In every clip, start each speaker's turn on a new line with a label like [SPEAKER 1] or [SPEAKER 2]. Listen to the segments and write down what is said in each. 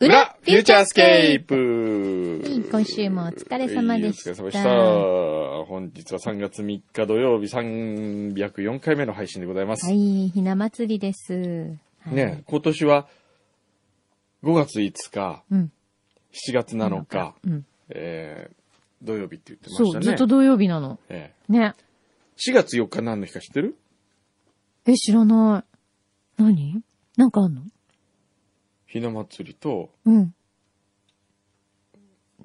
[SPEAKER 1] 裏フューチャースケー
[SPEAKER 2] プ
[SPEAKER 1] プ
[SPEAKER 2] 今週もお疲れ様でした
[SPEAKER 1] お疲れ様でした。本日は3月3日土曜日304回目の配信でございます。
[SPEAKER 2] はい、ひな祭りです。はい
[SPEAKER 1] ね、今年は5月5日、
[SPEAKER 2] うん。
[SPEAKER 1] 7月7日、
[SPEAKER 2] うん。
[SPEAKER 1] えー、土曜日って言ってまし
[SPEAKER 2] そ
[SPEAKER 1] た
[SPEAKER 2] う、
[SPEAKER 1] ね。
[SPEAKER 2] ずっと土曜日なの。
[SPEAKER 1] え
[SPEAKER 2] ね。
[SPEAKER 1] ー4月4日何の日か知ってる
[SPEAKER 2] え、知らない。何なんかあんの
[SPEAKER 1] ひな祭りと
[SPEAKER 2] うん。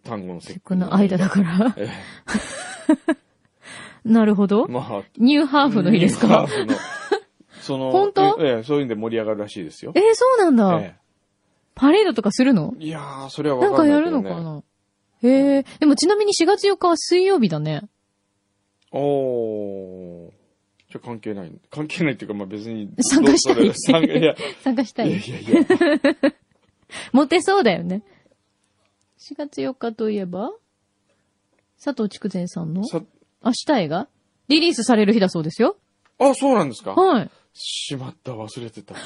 [SPEAKER 1] 単語の
[SPEAKER 2] せ
[SPEAKER 1] 節
[SPEAKER 2] っかの間だから。
[SPEAKER 1] え
[SPEAKER 2] なるほど
[SPEAKER 1] ー。まあ、
[SPEAKER 2] ニューハーフの日です
[SPEAKER 1] ハー
[SPEAKER 2] か
[SPEAKER 1] フのその、
[SPEAKER 2] 本当
[SPEAKER 1] ええそういうんで盛り上がるらしいですよ。
[SPEAKER 2] えー、そうなんだ。
[SPEAKER 1] え
[SPEAKER 2] パレードとかするの
[SPEAKER 1] えいやー、それは
[SPEAKER 2] な
[SPEAKER 1] わ
[SPEAKER 2] ん
[SPEAKER 1] か
[SPEAKER 2] か
[SPEAKER 1] んな
[SPEAKER 2] や
[SPEAKER 1] いけ
[SPEAKER 2] る
[SPEAKER 1] ど、ね。
[SPEAKER 2] のかなへえ。でもちなみに4月4日は水曜日だね。
[SPEAKER 1] おー。じゃあ関係ない。関係ないっていうか、まあ別 に。
[SPEAKER 2] 参加したい
[SPEAKER 1] どうそれ参加いや、い
[SPEAKER 2] 参加した
[SPEAKER 1] や
[SPEAKER 2] い。
[SPEAKER 1] いやい や。
[SPEAKER 2] モテそうだよね。4月4日といえば佐藤筑前さんの
[SPEAKER 1] さ
[SPEAKER 2] 明日映画リリースされる日だそうですよ。
[SPEAKER 1] あ、そうなんですか
[SPEAKER 2] はい。
[SPEAKER 1] しまった、忘れてた。4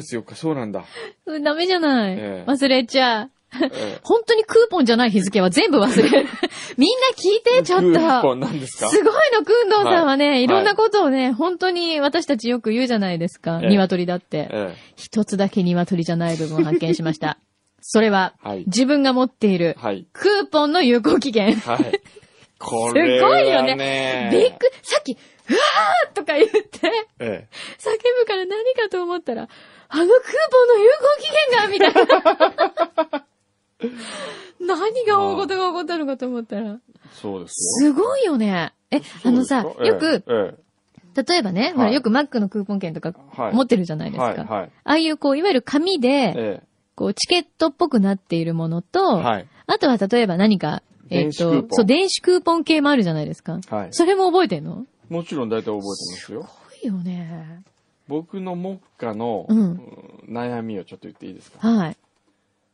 [SPEAKER 1] 月4日、そうなんだ。
[SPEAKER 2] それダメじゃない。
[SPEAKER 1] ええ
[SPEAKER 2] 忘れちゃう。
[SPEAKER 1] え
[SPEAKER 2] 本当にクーポンじゃない日付は全部忘れる。 みんな聞い
[SPEAKER 1] え
[SPEAKER 2] て、ちょっ
[SPEAKER 1] クーポ
[SPEAKER 2] と。
[SPEAKER 1] ンなんです
[SPEAKER 2] す
[SPEAKER 1] か
[SPEAKER 2] ごいの、くんどうさんはね、
[SPEAKER 1] はい
[SPEAKER 2] い、ろんなことをね、本当に私たちよく言うじゃないですか。
[SPEAKER 1] ええ
[SPEAKER 2] 鶏だって。
[SPEAKER 1] え
[SPEAKER 2] 一つだけ鶏じゃない部分を発見しました。それは、
[SPEAKER 1] はい
[SPEAKER 2] 自分が持ってい
[SPEAKER 1] え
[SPEAKER 2] る、
[SPEAKER 1] はい。
[SPEAKER 2] クーポンの有効期限。
[SPEAKER 1] はい。これは、ね。
[SPEAKER 2] すごいよびっくり、さっき、うわーとか言って、
[SPEAKER 1] ええ
[SPEAKER 2] 叫ぶから何かと思ったら、あのクーポンの有効期限が、みたい な。何が大事が起こったのかと思ったら。
[SPEAKER 1] そうですよ。
[SPEAKER 2] すごいよね。え、あのさ、
[SPEAKER 1] そうですか
[SPEAKER 2] よく、、
[SPEAKER 1] ええ
[SPEAKER 2] 例えばね、ほら
[SPEAKER 1] はい
[SPEAKER 2] よくマックのクーポン券とか
[SPEAKER 1] はい
[SPEAKER 2] 持ってるじゃな
[SPEAKER 1] え
[SPEAKER 2] い
[SPEAKER 1] え
[SPEAKER 2] です
[SPEAKER 1] はい、
[SPEAKER 2] か。
[SPEAKER 1] はい。
[SPEAKER 2] ああいうこう、いわゆる紙で、
[SPEAKER 1] え
[SPEAKER 2] こう、チケットっぽくなっているもの
[SPEAKER 1] え
[SPEAKER 2] と、
[SPEAKER 1] はい。
[SPEAKER 2] あとは例えば何か、えっ、
[SPEAKER 1] 電子クーポン
[SPEAKER 2] と、そう、電子クーポン系もあるじゃないですか。
[SPEAKER 1] はい。
[SPEAKER 2] それも覚えてんの
[SPEAKER 1] もちろん大体覚えてますよ。
[SPEAKER 2] すごいよね。
[SPEAKER 1] 僕の目下の、
[SPEAKER 2] うん
[SPEAKER 1] 悩みをちょっと言っていいですか
[SPEAKER 2] はい。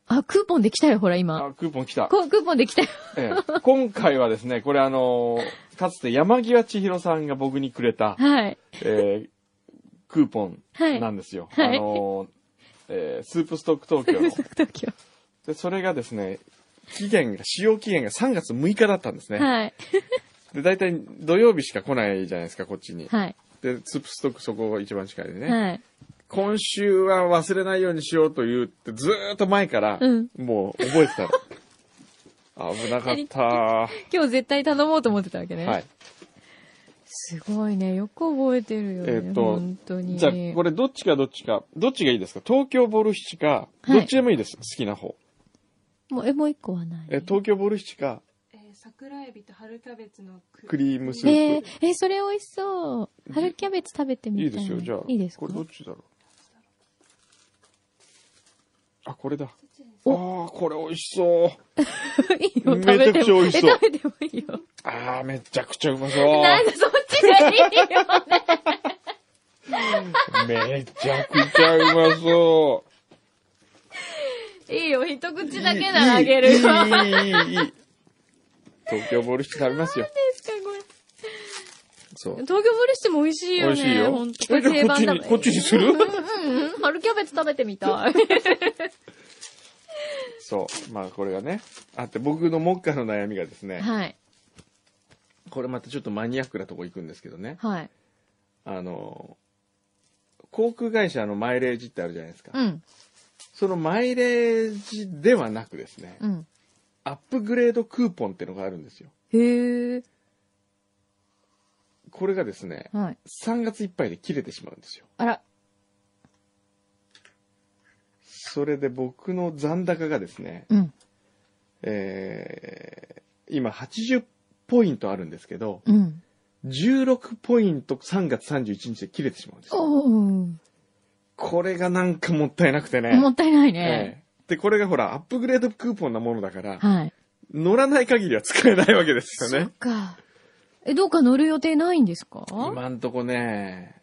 [SPEAKER 2] あ、クーポンで来たよ、ほら、今。
[SPEAKER 1] あ、クーポン来た。
[SPEAKER 2] こクーポンで来たよ。
[SPEAKER 1] ええ今回はですね、これあのーかつて山際千尋さんが僕にくれた、
[SPEAKER 2] はい。
[SPEAKER 1] えークーポン
[SPEAKER 2] はい。
[SPEAKER 1] なんですよ。
[SPEAKER 2] はい
[SPEAKER 1] あのーえースープストック東京の。
[SPEAKER 2] 東京。
[SPEAKER 1] で、それがですね、期限が、使用期限が3月6日だったんですね。
[SPEAKER 2] はい。
[SPEAKER 1] で、大体土曜日しか来ないじゃないですか、こっちに。
[SPEAKER 2] はい。
[SPEAKER 1] で、スープストックそこが一番近いでね。
[SPEAKER 2] はい。
[SPEAKER 1] 今週は忘れないようにしようと言って、ずーっと前から、
[SPEAKER 2] うん
[SPEAKER 1] もう覚えてたの。 危なかった。は
[SPEAKER 2] 今日絶対頼もうと思ってたわけね。
[SPEAKER 1] い。
[SPEAKER 2] すごいね。よく覚えてるよね。
[SPEAKER 1] えっと
[SPEAKER 2] 本当に。
[SPEAKER 1] じゃあ、これどっちかどっちか、どっちがいいですか東京ボルシチか、
[SPEAKER 2] はい
[SPEAKER 1] どっちでもいいです。好きな方。
[SPEAKER 2] もう、え、もう一個はない。
[SPEAKER 1] え、東京ボルシチか、
[SPEAKER 3] えー桜エビと春キャベツのク
[SPEAKER 1] クリームスープ
[SPEAKER 2] えーえ、それ美味しそう。春キャベツ食べてみたい。
[SPEAKER 1] いいですよ、じゃあ。
[SPEAKER 2] いいですか
[SPEAKER 1] これどっちだろう。あ、これだ。ああ
[SPEAKER 2] お
[SPEAKER 1] ー、これ美味しそう。
[SPEAKER 2] いいよ、食
[SPEAKER 1] めち
[SPEAKER 2] べ
[SPEAKER 1] ゃく
[SPEAKER 2] て
[SPEAKER 1] ちゃ
[SPEAKER 2] も。
[SPEAKER 1] 美味
[SPEAKER 2] え、
[SPEAKER 1] しそう
[SPEAKER 2] 食べてもいいよ。
[SPEAKER 1] ああ、めちゃくちゃうまそう。
[SPEAKER 2] なんでそっちがいいよ。
[SPEAKER 1] めちゃくちゃうまそう。
[SPEAKER 2] いいよ、一口だけならあげるよ。なんで
[SPEAKER 1] いいいいいいいいいい東京ボルシチ食べますよ。
[SPEAKER 2] すか、これ。
[SPEAKER 1] そう。
[SPEAKER 2] 東京ボルシチも美味しい
[SPEAKER 1] 美
[SPEAKER 2] よね。
[SPEAKER 1] 味しいよ
[SPEAKER 2] ほんと
[SPEAKER 1] えじゃあ
[SPEAKER 2] 定番
[SPEAKER 1] こ
[SPEAKER 2] だ
[SPEAKER 1] っちにこっちにする
[SPEAKER 2] うんうんうん。春キャベツ食べてみ たい。
[SPEAKER 1] そう。まあ、これがね。あって、僕の目下の悩みがですね、
[SPEAKER 2] はい。
[SPEAKER 1] これまたちょっとマニアックなとこ行くんですけどね。
[SPEAKER 2] はい。
[SPEAKER 1] あの、航空会社のマイレージってあるじゃないですか。
[SPEAKER 2] うん。
[SPEAKER 1] そのマイレージではなくですね、
[SPEAKER 2] うん。
[SPEAKER 1] アップグレードクーポンってのがあるんですよ。
[SPEAKER 2] へえ。
[SPEAKER 1] これがですね、
[SPEAKER 2] はい。
[SPEAKER 1] 3月いっぱいで切れてしまうんですよ。
[SPEAKER 2] あら。
[SPEAKER 1] それで僕の残高がですね、
[SPEAKER 2] うん。
[SPEAKER 1] えー、今80ポイントあるんですけど、
[SPEAKER 2] うん。
[SPEAKER 1] 16ポイント3月31日で切れてしまうんですよ。
[SPEAKER 2] おー。
[SPEAKER 1] これがなんかもったいなくてね。
[SPEAKER 2] もったいないね。
[SPEAKER 1] ええで、これがほら、アップグレードクーポンなものだから、
[SPEAKER 2] はい。
[SPEAKER 1] 乗らない限りは使えないわけですよ
[SPEAKER 2] そ
[SPEAKER 1] ね
[SPEAKER 2] っ。か。え、どうか乗る予定ないんですか
[SPEAKER 1] 今んとこね、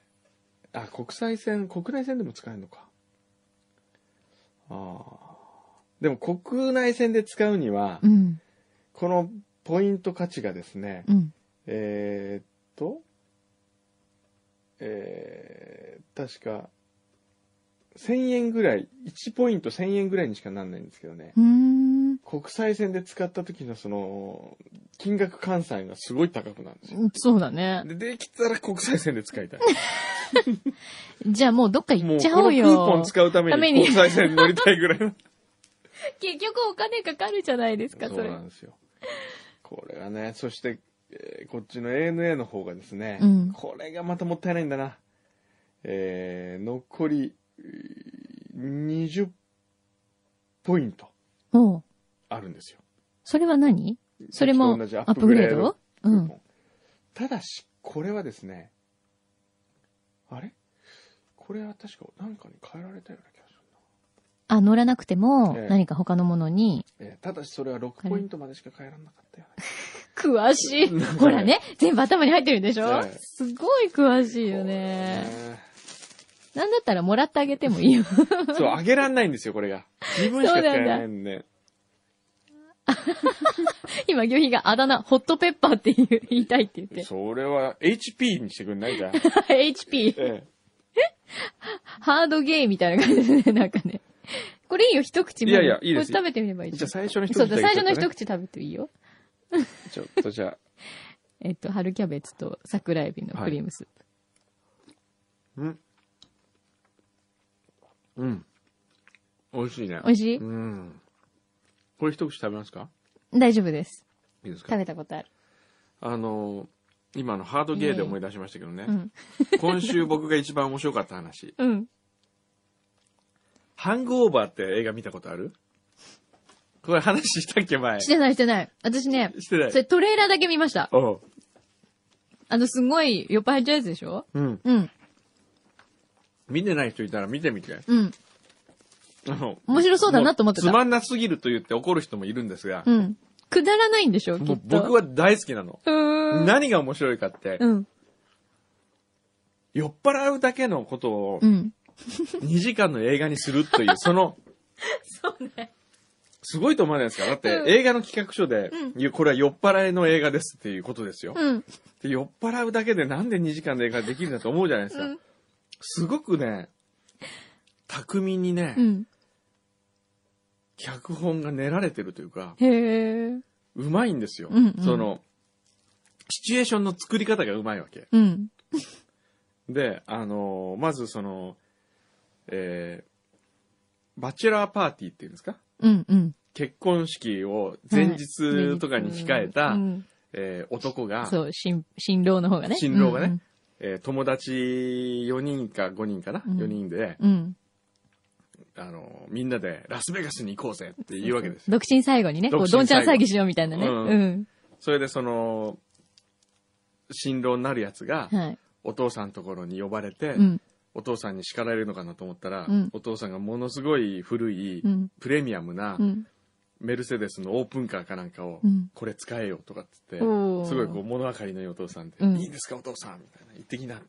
[SPEAKER 1] あ、国際線、国内線でも使えるのか。ああ。でも国内線で使うには、
[SPEAKER 2] うん。
[SPEAKER 1] このポイント価値がですね、
[SPEAKER 2] うん。
[SPEAKER 1] えーっと、えー確か、1000円ぐらい、1ポイント1000円ぐらいにしかなんないんですけどね。
[SPEAKER 2] うーん。
[SPEAKER 1] 国際線で使った時のその、金額換算がすごい高くなるんですよ。
[SPEAKER 2] そうだね。
[SPEAKER 1] で、できたら国際線で使い たい。
[SPEAKER 2] じゃあもうどっか
[SPEAKER 1] も
[SPEAKER 2] 行っ
[SPEAKER 1] う、
[SPEAKER 2] ち
[SPEAKER 1] こ
[SPEAKER 2] ゃお
[SPEAKER 1] の
[SPEAKER 2] う
[SPEAKER 1] ク
[SPEAKER 2] よ。
[SPEAKER 1] ーポン使うため
[SPEAKER 2] ため
[SPEAKER 1] に
[SPEAKER 2] に
[SPEAKER 1] 国際線乗りたいぐらいの。
[SPEAKER 2] 結局お金かかるじゃないですか、そ
[SPEAKER 1] そう
[SPEAKER 2] れ。
[SPEAKER 1] なんですよ。これがね、そして、えーこっちの ANA の方がですね、
[SPEAKER 2] うん
[SPEAKER 1] これがまたもったいないんだな。えー、残り、えー20ポイント
[SPEAKER 2] おう
[SPEAKER 1] あるんですよ。
[SPEAKER 2] それは何それも
[SPEAKER 1] さっきと同じア
[SPEAKER 2] アッ
[SPEAKER 1] ップ
[SPEAKER 2] プグ
[SPEAKER 1] グレ
[SPEAKER 2] レー
[SPEAKER 1] ー
[SPEAKER 2] ド
[SPEAKER 1] ド
[SPEAKER 2] う
[SPEAKER 1] クー
[SPEAKER 2] ん
[SPEAKER 1] ポ。ンただし、これはですね、あれこれは確か何かに変えられたような気がする
[SPEAKER 2] あ、乗らなくても
[SPEAKER 1] ええ
[SPEAKER 2] 何か他のものに。
[SPEAKER 1] な。えーただしそれは6ポイントまでしか変えられなかったような
[SPEAKER 2] 詳しい。ほらね、全部頭に入ってるんでしょ
[SPEAKER 1] ええ
[SPEAKER 2] すごい詳しい
[SPEAKER 1] 気がす
[SPEAKER 2] よ
[SPEAKER 1] る
[SPEAKER 2] ね。
[SPEAKER 1] ね
[SPEAKER 2] なんだったらもらってあげてもいい よ。
[SPEAKER 1] そう、あげらんないんですよ、これが。自分しか使えないんで。
[SPEAKER 2] 今、魚皮があだ名、ホットペッパーって言う言いたいって言って。
[SPEAKER 1] それは HP にしてくんない か
[SPEAKER 2] HP、
[SPEAKER 1] ええ
[SPEAKER 2] ハードゲーみたいな感じですね、なんかね。これいいよ、一口まで
[SPEAKER 1] いやいやいいです
[SPEAKER 2] これ食べてみればいい
[SPEAKER 1] じ
[SPEAKER 2] じ
[SPEAKER 1] ゃ
[SPEAKER 2] ゃ
[SPEAKER 1] あ最
[SPEAKER 2] ん。
[SPEAKER 1] 初の一口
[SPEAKER 2] そう
[SPEAKER 1] だ
[SPEAKER 2] だ、
[SPEAKER 1] け
[SPEAKER 2] 最初の
[SPEAKER 1] ちょ
[SPEAKER 2] 一
[SPEAKER 1] っとね
[SPEAKER 2] 口食べていいよ。
[SPEAKER 1] ちょっとじゃあ。
[SPEAKER 2] えっと、春キャベツと桜エビのクリームスープ。
[SPEAKER 1] うん。うん。美味しいね。
[SPEAKER 2] 美味しい
[SPEAKER 1] うん。これ一口食べますか
[SPEAKER 2] 大丈夫です。
[SPEAKER 1] いいですか
[SPEAKER 2] 食べたことある。
[SPEAKER 1] あのー、今のハードゲーで思い出しましたけどね
[SPEAKER 2] う。ん。
[SPEAKER 1] 今週僕が一番面白かった話。
[SPEAKER 2] うん。
[SPEAKER 1] ハングオーバーって映画見たことあるこれ話したっけ前。
[SPEAKER 2] し
[SPEAKER 1] して
[SPEAKER 2] ないしてない。私ね、
[SPEAKER 1] てな
[SPEAKER 2] それ
[SPEAKER 1] い。
[SPEAKER 2] トレーラーだけ見ました。
[SPEAKER 1] おう。
[SPEAKER 2] あの、すごい酔っ払っちゃうやつでしょ
[SPEAKER 1] うん。
[SPEAKER 2] うん。
[SPEAKER 1] 見てない人いたら見てみて。
[SPEAKER 2] うん。
[SPEAKER 1] あの
[SPEAKER 2] 面白そうだなと思ってた
[SPEAKER 1] もうつまんなすぎると言って怒る人もいるんですが、
[SPEAKER 2] うん。くだらないんでしょきっ
[SPEAKER 1] も
[SPEAKER 2] と
[SPEAKER 1] う。僕、は大好きなの。
[SPEAKER 2] うーん。
[SPEAKER 1] 何が面白いかって、
[SPEAKER 2] うん。
[SPEAKER 1] 酔っ払うだけのことを
[SPEAKER 2] うん。
[SPEAKER 1] 2時間の映画にするという、その、
[SPEAKER 2] そうね。
[SPEAKER 1] すごいと思わないですかだって、
[SPEAKER 2] うん
[SPEAKER 1] 映画の企画書で、
[SPEAKER 2] う
[SPEAKER 1] いやこれは酔っ払いの映画ですっていうことですよ、
[SPEAKER 2] うん。
[SPEAKER 1] で。酔っ払うだけでなんで2時間の映画できるんだと思うじゃないですか。
[SPEAKER 2] うん
[SPEAKER 1] すごくね、巧みにね、
[SPEAKER 2] うん。
[SPEAKER 1] 脚本が練られてるというか、
[SPEAKER 2] へえ。
[SPEAKER 1] うまいんですよ。
[SPEAKER 2] うんうん
[SPEAKER 1] その、シチュエーションの作り方がうまいわけ。
[SPEAKER 2] うん。
[SPEAKER 1] で、あのーまずその、えーバチェラーパーティーっていうんですか
[SPEAKER 2] うん。うん。
[SPEAKER 1] 結婚式を前日とかに控えた、
[SPEAKER 2] うん
[SPEAKER 1] えー男が、
[SPEAKER 2] そう、新、新郎の方がね。
[SPEAKER 1] 新郎がねえー友達4人か5人かな、
[SPEAKER 2] うん
[SPEAKER 1] 4人で、
[SPEAKER 2] うん。うん。
[SPEAKER 1] あのーみんなでラスベガスに行こうぜっていうわけですよ。
[SPEAKER 2] 独身最後にね、こ
[SPEAKER 1] 独
[SPEAKER 2] う、
[SPEAKER 1] 身
[SPEAKER 2] どんちゃん
[SPEAKER 1] 最後
[SPEAKER 2] 騒ぎしようみたいなね。
[SPEAKER 1] うん
[SPEAKER 2] うん。
[SPEAKER 1] それでその、新郎になるやつが、
[SPEAKER 2] はい。
[SPEAKER 1] お父さんのところに呼ばれて、
[SPEAKER 2] うん。
[SPEAKER 1] お父さんに叱られるのかなと思ったら、
[SPEAKER 2] うん
[SPEAKER 1] お父さんがものすごい古い
[SPEAKER 2] うん。
[SPEAKER 1] プレミアムな
[SPEAKER 2] うん。
[SPEAKER 1] メルセデスのオープンカーかなんかを
[SPEAKER 2] うん
[SPEAKER 1] これ使えよとかっつって、
[SPEAKER 2] おー
[SPEAKER 1] すごいこう物分かりのいいお父さんで、
[SPEAKER 2] うん
[SPEAKER 1] いいんですかお父さんみたいな、行ってきな。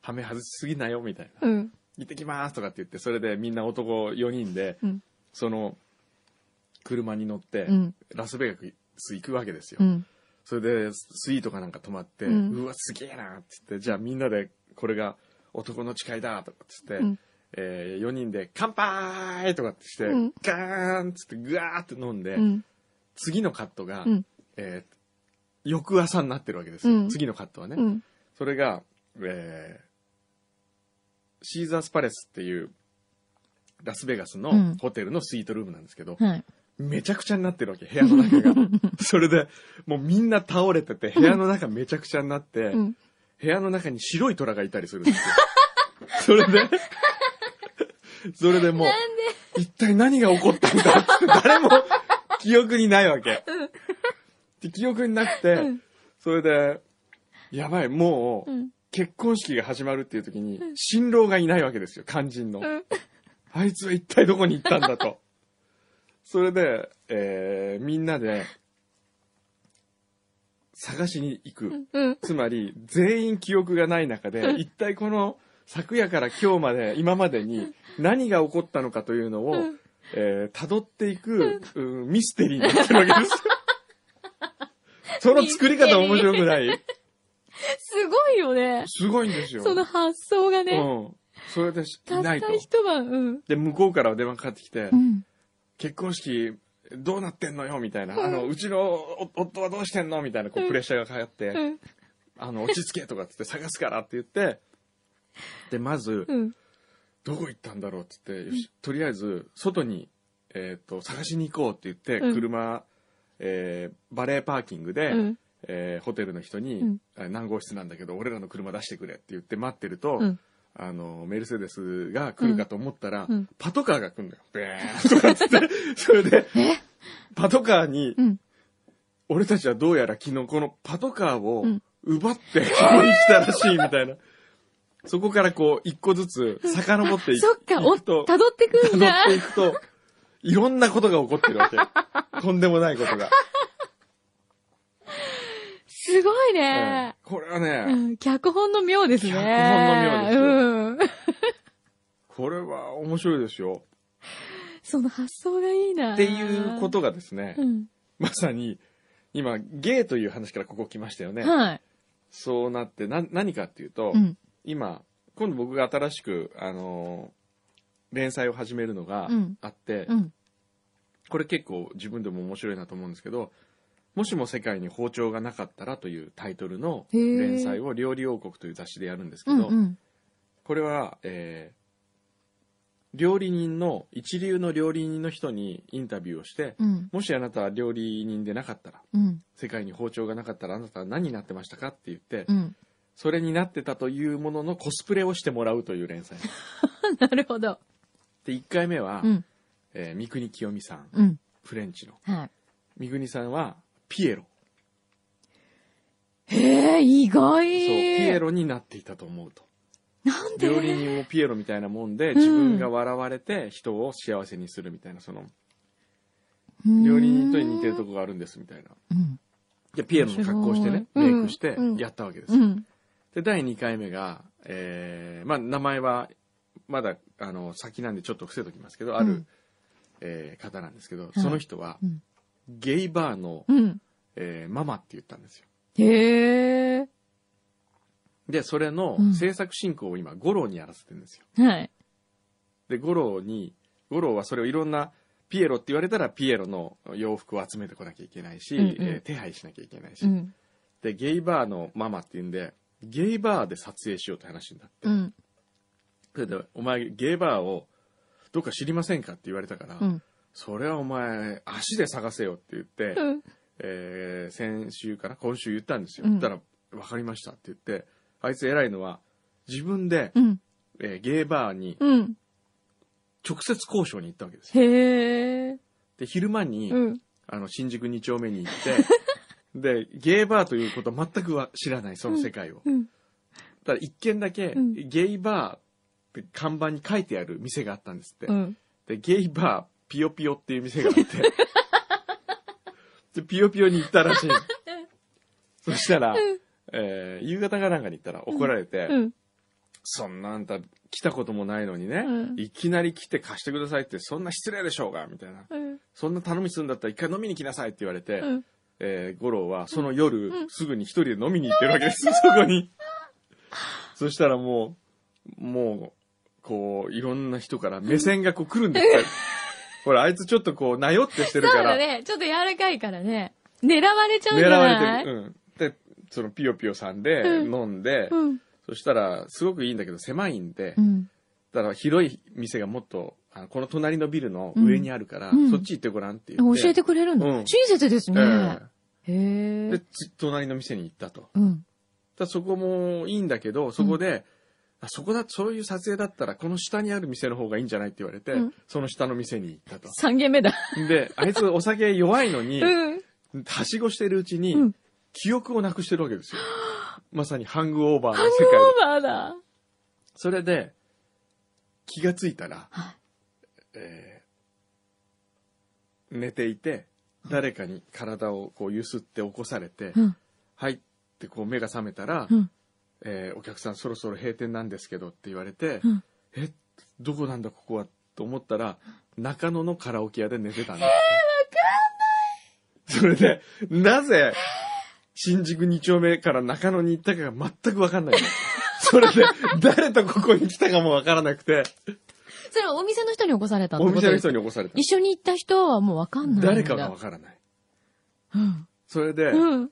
[SPEAKER 1] はめ外しすぎなよみたいな。
[SPEAKER 2] うん。
[SPEAKER 1] 行ってきますとかって言って、それでみんな男4人で、
[SPEAKER 2] うん
[SPEAKER 1] その車に乗って、
[SPEAKER 2] うん。
[SPEAKER 1] ラスベガス行くわけですよ。
[SPEAKER 2] うん。
[SPEAKER 1] それでスイートかなんか泊まって、
[SPEAKER 2] う
[SPEAKER 1] うんわ、すげえなって言って、じゃあみんなでこれが男の誓いだとかって言って、
[SPEAKER 2] うん
[SPEAKER 1] え4人で乾杯とかってして、
[SPEAKER 2] うん
[SPEAKER 1] ガーンっつってグワーって飲んで、
[SPEAKER 2] うん。
[SPEAKER 1] 次のカットが、
[SPEAKER 2] うん
[SPEAKER 1] えー翌朝になってるわけですよ、
[SPEAKER 2] うん
[SPEAKER 1] 次のカットはね、
[SPEAKER 2] うん。
[SPEAKER 1] それが、えーシーザースパレスっていうラスベガス
[SPEAKER 2] う
[SPEAKER 1] の
[SPEAKER 2] ん
[SPEAKER 1] ホテルのスイートルームなんですけど、
[SPEAKER 2] はい。
[SPEAKER 1] めちゃくちゃになってるわけ、部屋の中が。 それで、もうみんな倒れてて、部屋の中めちゃくちゃになって、
[SPEAKER 2] うん。
[SPEAKER 1] 部屋の中に白い虎がいたりするんです よ。それで、 それでもう、
[SPEAKER 2] なんで
[SPEAKER 1] 一体何が起こったんだって誰も記憶にないわけ。で記憶になくて、
[SPEAKER 2] うん
[SPEAKER 1] それで、やばい、もう、
[SPEAKER 2] うん。
[SPEAKER 1] 結婚式が始まるっていう時に、新郎がいないわけですよ、肝心の。
[SPEAKER 2] うん
[SPEAKER 1] あいつは一体どこに行ったんだ と。それで、えーみんなで、探しに行く。
[SPEAKER 2] うん。
[SPEAKER 1] つまり、全員記憶がない中で、一体この昨夜から今日まで、今までに何が起こったのかというのを、えー辿っていく、うんミステ リーになってるわけです。その作り方面白くない
[SPEAKER 2] すごいよね。
[SPEAKER 1] すごいんですよ。
[SPEAKER 2] その発想がね。
[SPEAKER 1] うん。それでし、い
[SPEAKER 2] たっ
[SPEAKER 1] な
[SPEAKER 2] た
[SPEAKER 1] いと。
[SPEAKER 2] 一晩、うん。
[SPEAKER 1] で、向こうから電話かかってきて
[SPEAKER 2] う、ん。
[SPEAKER 1] 結婚式どうなってんのよみたいな、あの、うちのお夫はどうしてんのみたいな、こ
[SPEAKER 2] う
[SPEAKER 1] う、
[SPEAKER 2] ん
[SPEAKER 1] プレッシャーがかかって、
[SPEAKER 2] うん。
[SPEAKER 1] あの、落ち着けとかっつって探すからって言って、で、まず、
[SPEAKER 2] うん。
[SPEAKER 1] どこ行ったんだろうって言って、よしとりあえず、外に、えっ、と、探しに行こうって言って、
[SPEAKER 2] うん
[SPEAKER 1] 車、えーバレーパーキングで、
[SPEAKER 2] うん。
[SPEAKER 1] えーホテルの人に、
[SPEAKER 2] うん
[SPEAKER 1] あ何号室なんだけど、俺らの車出してくれって言って待ってると、
[SPEAKER 2] うん
[SPEAKER 1] あの、メルセデスが来るかと思ったら、
[SPEAKER 2] うんうん
[SPEAKER 1] パトカーが来るんだよ。ベーンとかっつって、それで、
[SPEAKER 2] え
[SPEAKER 1] パトカーに、
[SPEAKER 2] うん。
[SPEAKER 1] 俺たちはどうやら昨日このパトカーを
[SPEAKER 2] うん
[SPEAKER 1] 奪って、用意したらしいみたいな。そこからこう、一個ずつ遡っていく。
[SPEAKER 2] そっか、お、
[SPEAKER 1] 行くと、
[SPEAKER 2] 辿ってく
[SPEAKER 1] 辿
[SPEAKER 2] んだ
[SPEAKER 1] っ。ていくと、いろんなことが起こってるわけ。とんでもないことが。
[SPEAKER 2] すごいうね
[SPEAKER 1] ん。これはね、
[SPEAKER 2] うん脚本の妙ですね。
[SPEAKER 1] 脚本の妙ですよ
[SPEAKER 2] うん。
[SPEAKER 1] これは面白いですよ。
[SPEAKER 2] その発想がいいな。
[SPEAKER 1] っていうことがですね、
[SPEAKER 2] うん。
[SPEAKER 1] まさに、今、ゲイという話からここ来ましたよね。
[SPEAKER 2] はい。
[SPEAKER 1] そうなって、な、何かっていうと、
[SPEAKER 2] うん。
[SPEAKER 1] 今、今度僕が新しく、あのー連載を始めるのが
[SPEAKER 2] うん
[SPEAKER 1] あって、
[SPEAKER 2] うん。
[SPEAKER 1] これ結構自分でも面白いなと思うんですけど、もしも世界に包丁がなかったらというタイトルの
[SPEAKER 2] へー
[SPEAKER 1] 連載を料理王国という雑誌でやるんですけ
[SPEAKER 2] うん。
[SPEAKER 1] ど、
[SPEAKER 2] うん。
[SPEAKER 1] これは、えー料理人の、一流の料理人の人にインタビューをして、
[SPEAKER 2] うん。
[SPEAKER 1] もしあなたは料理人でなかったら、
[SPEAKER 2] うん。
[SPEAKER 1] 世界に包丁がなかったらあなたは何になってましたかって言って、
[SPEAKER 2] うん。
[SPEAKER 1] それになってたというもののコスプレをしてもらうという連載。
[SPEAKER 2] なるほど。
[SPEAKER 1] で、1回目は、
[SPEAKER 2] うん。
[SPEAKER 1] えー三國清美さん、
[SPEAKER 2] うん。
[SPEAKER 1] フレンチの。
[SPEAKER 2] はい。
[SPEAKER 1] 三國さんは、ピエロ。
[SPEAKER 2] へえ、意外。
[SPEAKER 1] そう、ピエロになっていたと思うと。
[SPEAKER 2] なんで
[SPEAKER 1] 料理人もピエロみたいなもんで、
[SPEAKER 2] ん
[SPEAKER 1] 自分が笑われて人を幸せにするみたいな、その、料理人と似てるとこがあるんですみたいな。
[SPEAKER 2] うん。
[SPEAKER 1] で、ピエロの格好してね、
[SPEAKER 2] 面白
[SPEAKER 1] メ
[SPEAKER 2] い
[SPEAKER 1] イクして
[SPEAKER 2] うんうん、
[SPEAKER 1] やったわけです
[SPEAKER 2] う
[SPEAKER 1] よ。
[SPEAKER 2] ん。
[SPEAKER 1] で、第2回目が、えー、まあ、名前は、まだ、あの、先なんでちょっと伏せときますけど、ある、
[SPEAKER 2] うん
[SPEAKER 1] えー方なんですけど、その人は、
[SPEAKER 2] うん
[SPEAKER 1] ゲイバーの、
[SPEAKER 2] うん。
[SPEAKER 1] えーママって言ったんですよ。
[SPEAKER 2] へえ。
[SPEAKER 1] で、それの
[SPEAKER 2] うん
[SPEAKER 1] 制作進行を今、五郎にやらせてるんですよ。
[SPEAKER 2] はい。
[SPEAKER 1] で、五郎に、五郎はそれをいろんな、ピエロって言われたら、ピエロの洋服を集めてこなきゃいけないし、
[SPEAKER 2] うんうん
[SPEAKER 1] えー手配しなきゃいけないし、
[SPEAKER 2] うん。
[SPEAKER 1] で、ゲイバーのママっていうんで、ゲイバーで撮影しようって話になって、
[SPEAKER 2] うん。
[SPEAKER 1] それで、お前、ゲイバーをどっか知りませんかって言われたから、
[SPEAKER 2] うん。
[SPEAKER 1] それはお前、足で探せよって言って、
[SPEAKER 2] うん。
[SPEAKER 1] えー先週から今週言ったんですよ。
[SPEAKER 2] う
[SPEAKER 1] 言
[SPEAKER 2] ん
[SPEAKER 1] ったら、わかりましたって言って、あいつ偉いのは、自分で、
[SPEAKER 2] うん。
[SPEAKER 1] えーゲイバーに
[SPEAKER 2] うん。
[SPEAKER 1] 直接交渉に行ったわけですよ。
[SPEAKER 2] へえ。
[SPEAKER 1] で、昼間に、
[SPEAKER 2] うん。
[SPEAKER 1] あの、新宿2丁目に行 って、で、ゲイバーということは全くは知らない、その世界を。
[SPEAKER 2] うん。
[SPEAKER 1] ただ、一軒だけ、
[SPEAKER 2] うん
[SPEAKER 1] ゲイバーって看板に書いてある店があったんですって。
[SPEAKER 2] うん。
[SPEAKER 1] で、ゲイバー、ピヨピヨっていう店があ って、で、ピヨピヨに行ったらしい。そしたら、えー夕方かなんかに行ったら怒られて、
[SPEAKER 2] うん。
[SPEAKER 1] そんなあんた来たこともないのにね、
[SPEAKER 2] うん
[SPEAKER 1] いきなり来て貸してくださいって、そんな失礼でしょうが、みたいな。
[SPEAKER 2] うん。
[SPEAKER 1] そんな頼みするんだったら一回飲みに来なさいって言われて、
[SPEAKER 2] うん。
[SPEAKER 1] えー、五郎はその夜、
[SPEAKER 2] うん
[SPEAKER 1] すぐに一人で飲みに行ってるわけです、 そこに。そしたらもう、もう、こう、いろんな人から目線がこう来るんです よ。ほら、あいつちょっとこう、なよってして
[SPEAKER 2] そう
[SPEAKER 1] るか
[SPEAKER 2] だ
[SPEAKER 1] ら、
[SPEAKER 2] ね。ちょっと柔らかいからね。狙われちゃうんじ
[SPEAKER 1] 狙
[SPEAKER 2] ゃ
[SPEAKER 1] わ
[SPEAKER 2] な
[SPEAKER 1] れ
[SPEAKER 2] い
[SPEAKER 1] てる。うん。で、そのピヨピヨさんで
[SPEAKER 2] うん
[SPEAKER 1] 飲んで、
[SPEAKER 2] うん。
[SPEAKER 1] そしたら、すごくいいんだけど狭いんで、
[SPEAKER 2] うん。
[SPEAKER 1] だから広い店がもっと、あのこの隣のビルの上にあるから、
[SPEAKER 2] うん
[SPEAKER 1] そっち行ってごらんって言って。
[SPEAKER 2] 教えてくれるの
[SPEAKER 1] うん
[SPEAKER 2] 親切です
[SPEAKER 1] え
[SPEAKER 2] ね。へ
[SPEAKER 1] え
[SPEAKER 2] え
[SPEAKER 1] で。、つ隣の店に行ったと。
[SPEAKER 2] うん。
[SPEAKER 1] ただそこもいいんだけど、そこで、あそこだ、そういう撮影だったら、この下にある店の方がいいんじゃないって言われて、
[SPEAKER 2] うん
[SPEAKER 1] その下の店に行ったと。
[SPEAKER 2] 三軒目だ。
[SPEAKER 1] で、あいつお酒弱いのに、
[SPEAKER 2] うん。
[SPEAKER 1] はしごしてるうちに、
[SPEAKER 2] うん
[SPEAKER 1] 記憶をなくしてるわけ ですよ。まさにハングオーバーの
[SPEAKER 2] ハン
[SPEAKER 1] 世界で。
[SPEAKER 2] グオーバーだ。
[SPEAKER 1] それで、気がついたら、
[SPEAKER 2] は
[SPEAKER 1] えー寝ていて、誰かに体をこう揺すって起こされて、
[SPEAKER 2] うん。
[SPEAKER 1] はいってこう目が覚めたら、
[SPEAKER 2] うん。
[SPEAKER 1] えーお客さんそろそろ閉店なんですけどって言われて、
[SPEAKER 2] うん
[SPEAKER 1] えどこなんだここはと思ったら中野のカラオケ屋で寝てたんだえわかんないそれでなぜ新宿2丁目から中野に行ったかが全くわかんない の。それで、誰とここに来たかもわからなくて、
[SPEAKER 2] それはお店の人に起こされたって
[SPEAKER 1] お
[SPEAKER 2] こと
[SPEAKER 1] 店の
[SPEAKER 2] です
[SPEAKER 1] 人に起こされた。
[SPEAKER 2] 一緒に行った人はもうわかんないんだ。
[SPEAKER 1] 誰かがわからない。
[SPEAKER 2] うん。
[SPEAKER 1] それで、
[SPEAKER 2] うん。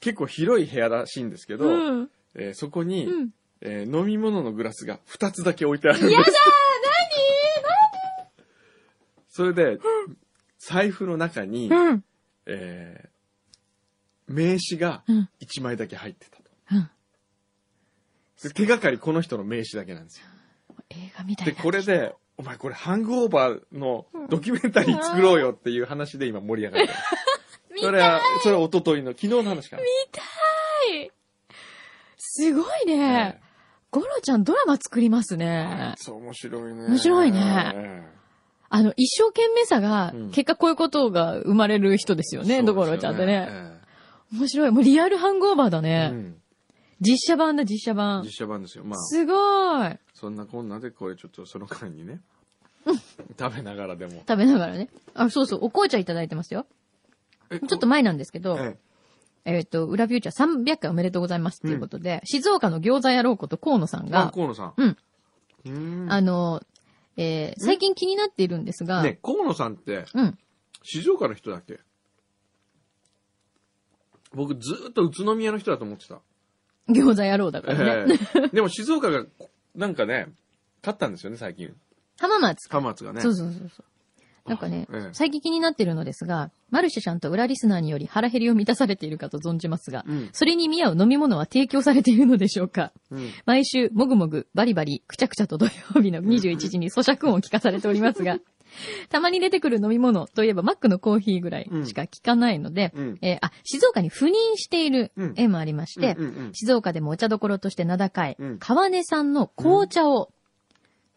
[SPEAKER 1] 結構広い部屋らしいんですけど、
[SPEAKER 2] うん。
[SPEAKER 1] えーそこに、
[SPEAKER 2] うん。
[SPEAKER 1] えー飲み物のグラスが2つだけ置いてあるんです。
[SPEAKER 2] やだー
[SPEAKER 1] それで、財布の中に、
[SPEAKER 2] 何うん。
[SPEAKER 1] えー名刺が
[SPEAKER 2] うん。
[SPEAKER 1] 1枚だけ入ってたと。
[SPEAKER 2] うん。
[SPEAKER 1] で手がかりこの人の名刺だけなんですよ。
[SPEAKER 2] 映画みたい
[SPEAKER 1] で、
[SPEAKER 2] な。
[SPEAKER 1] これで、お前これハングオーバーのドキュメンタリー作ろうよっていう話で今盛り上がってる。
[SPEAKER 2] 見
[SPEAKER 1] それ
[SPEAKER 2] た
[SPEAKER 1] は、それは一昨日の昨日の話かな。
[SPEAKER 2] いすごいね
[SPEAKER 1] え。
[SPEAKER 2] ゴロちゃんドラマ作ります
[SPEAKER 1] えあ
[SPEAKER 2] ね
[SPEAKER 1] い。つ面白いね。
[SPEAKER 2] 面白いね
[SPEAKER 1] ええ
[SPEAKER 2] あの、一生懸命さが
[SPEAKER 1] うん、
[SPEAKER 2] 結果こういうことが生まれる人ですよね、
[SPEAKER 1] そうですよ
[SPEAKER 2] ドゴロちゃんってね。
[SPEAKER 1] え
[SPEAKER 2] 面白い。もうリアルハングオーバーだ
[SPEAKER 1] え
[SPEAKER 2] ね。実写版だ、実写
[SPEAKER 1] うん
[SPEAKER 2] 版
[SPEAKER 1] 実。写版ですよ。まあ、
[SPEAKER 2] すごい。
[SPEAKER 1] そんなこんなで、これちょっとその間にね、食べながらでも。
[SPEAKER 2] 食べながらね。あ、そうそう、お紅茶いただいてますよ。
[SPEAKER 1] ち
[SPEAKER 2] ちょっと、前なんですけど、
[SPEAKER 1] え
[SPEAKER 2] えっ、と、裏フューチャー300回おめでとうございますっていうことで、静岡の餃子野郎こと河野さん
[SPEAKER 1] えあ、
[SPEAKER 2] が、
[SPEAKER 1] 河野さん。
[SPEAKER 2] うん
[SPEAKER 1] うーん。
[SPEAKER 2] あの、えー最近気になっているんですが、
[SPEAKER 1] ね、河野さんって、
[SPEAKER 2] うん。
[SPEAKER 1] 静岡の人だっけ僕ずーっと宇都宮の人だと思ってた。
[SPEAKER 2] 餃子野郎だからね。
[SPEAKER 1] ええでも静岡が、なんかね、勝ったんですよね、最近。
[SPEAKER 2] 浜松か。
[SPEAKER 1] 浜松がね。
[SPEAKER 2] そうそうそうそう。なんかね、
[SPEAKER 1] ええ
[SPEAKER 2] 最近気になっているのですが、マルシェちゃんと裏リスナーにより腹減りを満たされているかと存じますが、
[SPEAKER 1] うん
[SPEAKER 2] それに見合う飲み物は提供されているのでしょうか
[SPEAKER 1] うん。
[SPEAKER 2] 毎週、もぐもぐ、バリバリ、くちゃくちゃと土曜日の21時に咀嚼音を聞かされておりま すが、たまに出てくる飲み物といえばマックのコーヒーぐらいしか聞かないので、
[SPEAKER 1] うん
[SPEAKER 2] えーあ、静岡に赴任している
[SPEAKER 1] うん
[SPEAKER 2] 絵もありまして、
[SPEAKER 1] うんうんうん
[SPEAKER 2] 静岡でもお茶どころとして名高い、
[SPEAKER 1] うん
[SPEAKER 2] 川根さんの紅茶を、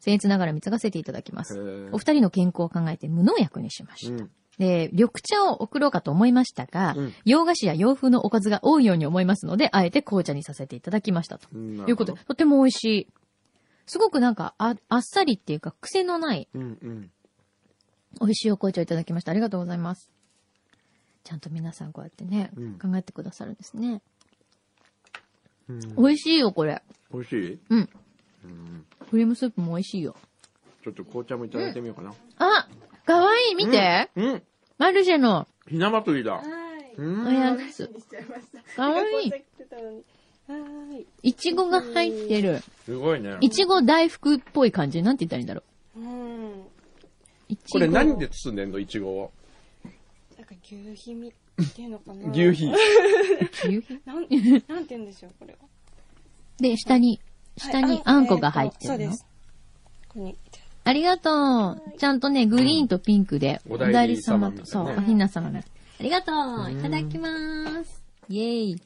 [SPEAKER 2] 僭越ながら見つがせていただきま
[SPEAKER 1] へ
[SPEAKER 2] す。
[SPEAKER 1] え
[SPEAKER 2] お二人の健康を考えて無農薬にしました。
[SPEAKER 1] うん
[SPEAKER 2] で、緑茶を送ろうかと思いましたが、
[SPEAKER 1] うん
[SPEAKER 2] 洋菓子や洋風のおかずが多いように思いますので、あえて紅茶にさせていただきましたと。
[SPEAKER 1] うんなるほど
[SPEAKER 2] いうことで、とても美味しい。すごくなんかあ、あっさりっていうか、癖のない
[SPEAKER 1] うんうん。
[SPEAKER 2] 美味しいお紅茶をいただきました。ありがとうございます。ちゃんと皆さんこうやってね、
[SPEAKER 1] うん
[SPEAKER 2] 考えてくださるんですね。
[SPEAKER 1] うん
[SPEAKER 2] 美味しいよ、これ。
[SPEAKER 1] 美味しい
[SPEAKER 2] うん。
[SPEAKER 1] うん。
[SPEAKER 2] クリームスープも美味しいよ。
[SPEAKER 1] ちょっと紅茶もいただいてみようかな。
[SPEAKER 2] あかわいい見て、
[SPEAKER 1] うん。
[SPEAKER 2] マルシェの
[SPEAKER 1] ひな祭りだ。
[SPEAKER 3] はい。
[SPEAKER 1] うん。
[SPEAKER 2] おやつ。
[SPEAKER 3] にしちゃいました。
[SPEAKER 2] かわいい
[SPEAKER 3] こんなこと言ってたのにはい。
[SPEAKER 2] いちごが入ってる。
[SPEAKER 1] すごいね。
[SPEAKER 2] いちご大福っぽい感じ。なんて言ったらいいんだろ
[SPEAKER 3] うん。
[SPEAKER 2] う。いちご
[SPEAKER 1] これ何で包んでんのいちごを。
[SPEAKER 3] なんか牛皮みっていうのかな。
[SPEAKER 1] 牛。皮。
[SPEAKER 2] 夕日
[SPEAKER 3] なん、なんて言うんでしょう、これは。
[SPEAKER 2] で、下に、下にあんこが入って
[SPEAKER 3] そう
[SPEAKER 2] る
[SPEAKER 3] で
[SPEAKER 2] の。
[SPEAKER 3] す。ここに。
[SPEAKER 2] ありがとう。ちゃんとね、グリーンとピンクで、
[SPEAKER 1] うんお代理様
[SPEAKER 2] と、
[SPEAKER 1] みた
[SPEAKER 2] そ、
[SPEAKER 1] いうなね
[SPEAKER 2] おひな様みたいありがとう。いただきます。イェーイ。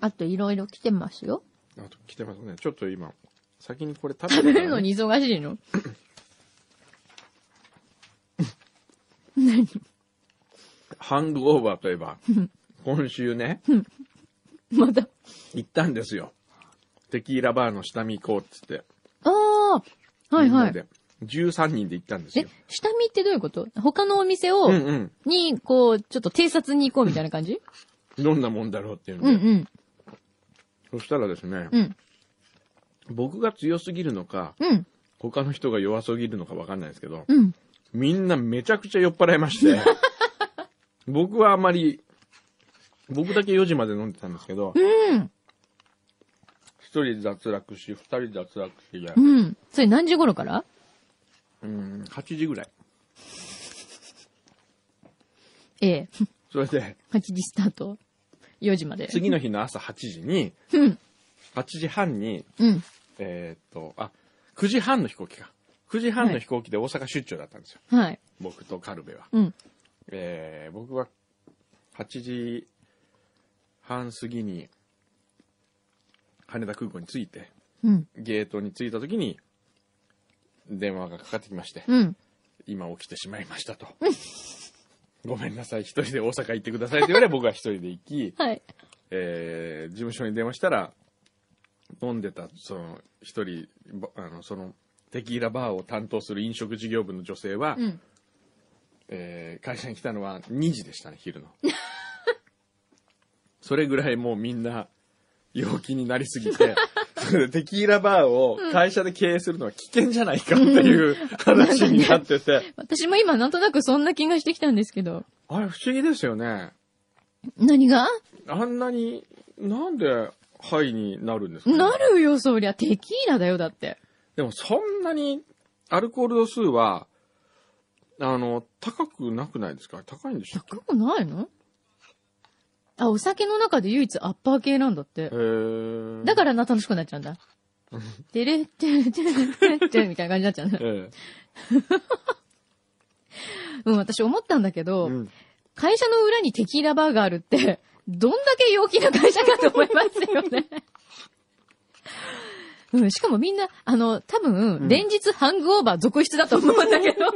[SPEAKER 2] あと、いろいろ来てますよ。
[SPEAKER 1] あと来てますね。ちょっと今、先にこれ食
[SPEAKER 2] 食
[SPEAKER 1] べ
[SPEAKER 2] べ
[SPEAKER 1] て
[SPEAKER 2] るのに忙しいの
[SPEAKER 1] ハングオーバーといえば、今週ね、
[SPEAKER 2] また。
[SPEAKER 1] 行ったんですよ。テキーラバーの下見行こうって言って。
[SPEAKER 2] ああはいは。
[SPEAKER 1] みんないで13人で行ったんです
[SPEAKER 2] え
[SPEAKER 1] よ。、
[SPEAKER 2] 下見ってどういうこと他のお店を、
[SPEAKER 1] うんうん。
[SPEAKER 2] に、こう、ちょっと偵察に行こうみたいな感じ
[SPEAKER 1] どんなもんだろうっていうの
[SPEAKER 2] うん
[SPEAKER 1] で。
[SPEAKER 2] うん。
[SPEAKER 1] そしたらですね、
[SPEAKER 2] うん。
[SPEAKER 1] 僕が強すぎるのか、
[SPEAKER 2] うん。
[SPEAKER 1] 他の人が弱すぎるのかわかんないですけど、
[SPEAKER 2] うん。
[SPEAKER 1] みんなめちゃくちゃ酔っ払いま して、僕はあまり、僕だけ4時まで飲んでたんですけど、
[SPEAKER 2] うん。
[SPEAKER 1] 一人脱落し、二人脱落しで、
[SPEAKER 2] うん。それ何時頃から
[SPEAKER 1] うん、8時ぐらい。
[SPEAKER 2] ええ。
[SPEAKER 1] それで、
[SPEAKER 2] 8時スタート。4時まで。
[SPEAKER 1] 次の日の朝8時に、
[SPEAKER 2] うん。
[SPEAKER 1] 8時半に、
[SPEAKER 2] うん。
[SPEAKER 1] えーっと、あ、9時半の飛行機か。9時半の飛行機で大阪出張だったんですよ。
[SPEAKER 2] はい。
[SPEAKER 1] 僕とカルベは。
[SPEAKER 2] うん。
[SPEAKER 1] えー、僕は8時半過ぎに羽田空港に着いて、
[SPEAKER 2] うん。
[SPEAKER 1] ゲートに着いた時に電話がかかってきまして、
[SPEAKER 2] うん。
[SPEAKER 1] 今起きてしまいましたと。ごめんなさい、一人で大阪行ってくださいと言われ、僕は一人で行き、
[SPEAKER 2] はい。
[SPEAKER 1] えー事務所に電話したら、飲んでた、その、一人、ばあの、その、テキーラバーを担当する飲食事業部の女性は、
[SPEAKER 2] うん。
[SPEAKER 1] えー会社に来たのは2時でしたね、昼の。 それぐらいもうみんな陽気になりすぎ て、それでテキーラバーを会社で経営するのは危険じゃないかっていう話になってて、
[SPEAKER 2] 私も今なんとなくそんな気がしてきたんですけど。
[SPEAKER 1] あれ不思議ですよね。
[SPEAKER 2] 何が
[SPEAKER 1] あんなに、なんで、ハイになるんですかね、
[SPEAKER 2] なるよ、そりゃ。テキーラだよ、だって。
[SPEAKER 1] でもそんなにアルコール度数は、あの、高くなくないですか高いんでしょ
[SPEAKER 2] 高くないのあ、お酒の中で唯一アッパー系なんだって
[SPEAKER 1] へ。ー
[SPEAKER 2] だからな、楽しくなっちゃうんだ。てれってれってれってれってれみたいな感じになっちゃうんだ。
[SPEAKER 1] え
[SPEAKER 2] うん、私思ったんだけ
[SPEAKER 1] え
[SPEAKER 2] ど、
[SPEAKER 1] うん
[SPEAKER 2] 会社の裏にテキーラバーがあるって、 どんだけ陽気な会社かと思いますよね。 うん、しかもみんな、あの、多
[SPEAKER 1] う
[SPEAKER 2] 分、
[SPEAKER 1] ん
[SPEAKER 2] 連日ハングオーバー続出だと思うんだけど、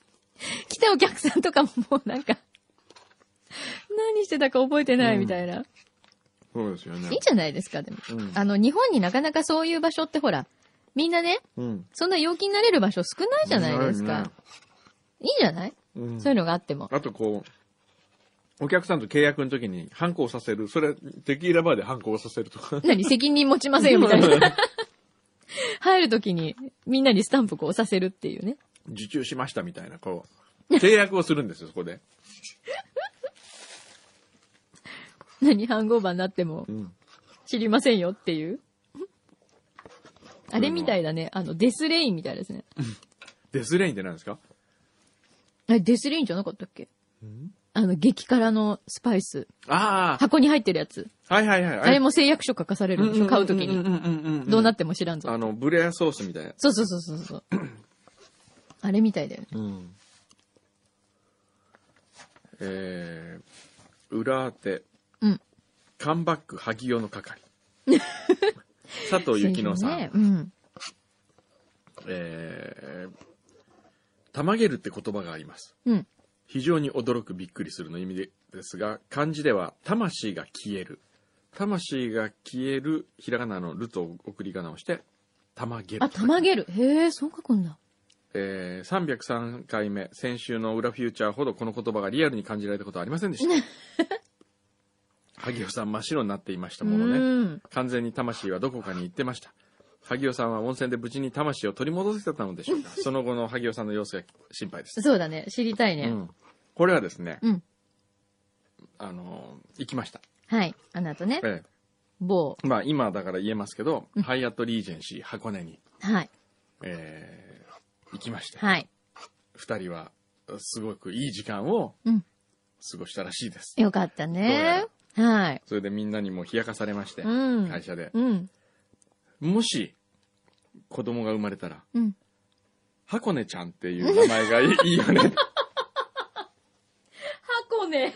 [SPEAKER 2] 来たお客さんとかももうなんか、何してたか覚えてないみたいな。
[SPEAKER 1] そうですよね
[SPEAKER 2] いい。じゃないですか、でも。
[SPEAKER 1] うん
[SPEAKER 2] あの、日本になかなかそういう場所ってほら、みんなね、
[SPEAKER 1] うん。
[SPEAKER 2] そんな陽気になれる場所少ないじゃないですか。いいじゃない
[SPEAKER 1] うん。
[SPEAKER 2] そういうのがあっても。
[SPEAKER 1] あとこう、お客さんと契約の時に反抗させる。それ、テキーラバーで反抗させるとか。
[SPEAKER 2] 何責任持ちませんよみたいな。入るときにみんなにスタンプこう押させるっていうね。
[SPEAKER 1] 受注しましたみたいな、こう。契約をするんですよ、そこで。
[SPEAKER 2] 何ハンゴーバーになっても
[SPEAKER 1] うん。
[SPEAKER 2] 知りませんよっていう。あれみたいだね。あの、デスレインみたいですね。
[SPEAKER 1] デスレインって何ですか
[SPEAKER 2] あれデスレインじゃなかったっけあの、激辛のスパイス。
[SPEAKER 1] あ
[SPEAKER 2] 箱に入ってるやつ。
[SPEAKER 1] あ、はいはいはい。
[SPEAKER 2] あれも誓約書書かされるんでしょ買うとき
[SPEAKER 1] ん
[SPEAKER 2] に。
[SPEAKER 1] んうんうんうん
[SPEAKER 2] どうなっても知らんぞ
[SPEAKER 1] あ。の、ブレアソースみたいな。
[SPEAKER 2] そうそうそうそうそう。あれみたいだよね。
[SPEAKER 1] うん。えー、裏当て。
[SPEAKER 2] うん。
[SPEAKER 1] カンバック萩尾の 係。佐藤幸乃さん。
[SPEAKER 2] ね。うん。
[SPEAKER 1] えー、たまげるって言葉があります。
[SPEAKER 2] うん。
[SPEAKER 1] 非常に驚くびっくりするの意味でですが、漢字では魂が消える。魂が消える、ひらがなのると送り仮名をして、たまげる。
[SPEAKER 2] あ、たまげる。へえ、そう書くんだ。
[SPEAKER 1] えー、303回目、先週の裏フューチャーほどこの言葉がリアルに感じられたことはありませんで した。萩尾さん真っ白になっていましたものね。
[SPEAKER 2] うん。
[SPEAKER 1] 完全に魂はどこかに行ってました。萩尾さんは温泉で無事に魂を取り戻せたのでし ょうか。その後の萩尾さんの様子が心配です。
[SPEAKER 2] そうだね。知りたいね。
[SPEAKER 1] うん、これはですね、
[SPEAKER 2] うん
[SPEAKER 1] あの、行きました。
[SPEAKER 2] はい。あの後ね。
[SPEAKER 1] え
[SPEAKER 2] 某。
[SPEAKER 1] えまあ今だから言えますけど、
[SPEAKER 2] うん
[SPEAKER 1] ハイアットリージェンシー箱根に、
[SPEAKER 2] はい。
[SPEAKER 1] えー行きました。
[SPEAKER 2] はい。
[SPEAKER 1] 二人は、すごくいい時間を
[SPEAKER 2] うん。
[SPEAKER 1] 過ごしたらしいです。
[SPEAKER 2] よかったね。はい。
[SPEAKER 1] それでみんなにも冷やかされまして、
[SPEAKER 2] うん
[SPEAKER 1] 会社で。
[SPEAKER 2] うん。
[SPEAKER 1] もし、子供が生まれたら、
[SPEAKER 2] うん。
[SPEAKER 1] 箱根ちゃんっていう名前がいいいいよね。
[SPEAKER 2] 箱根。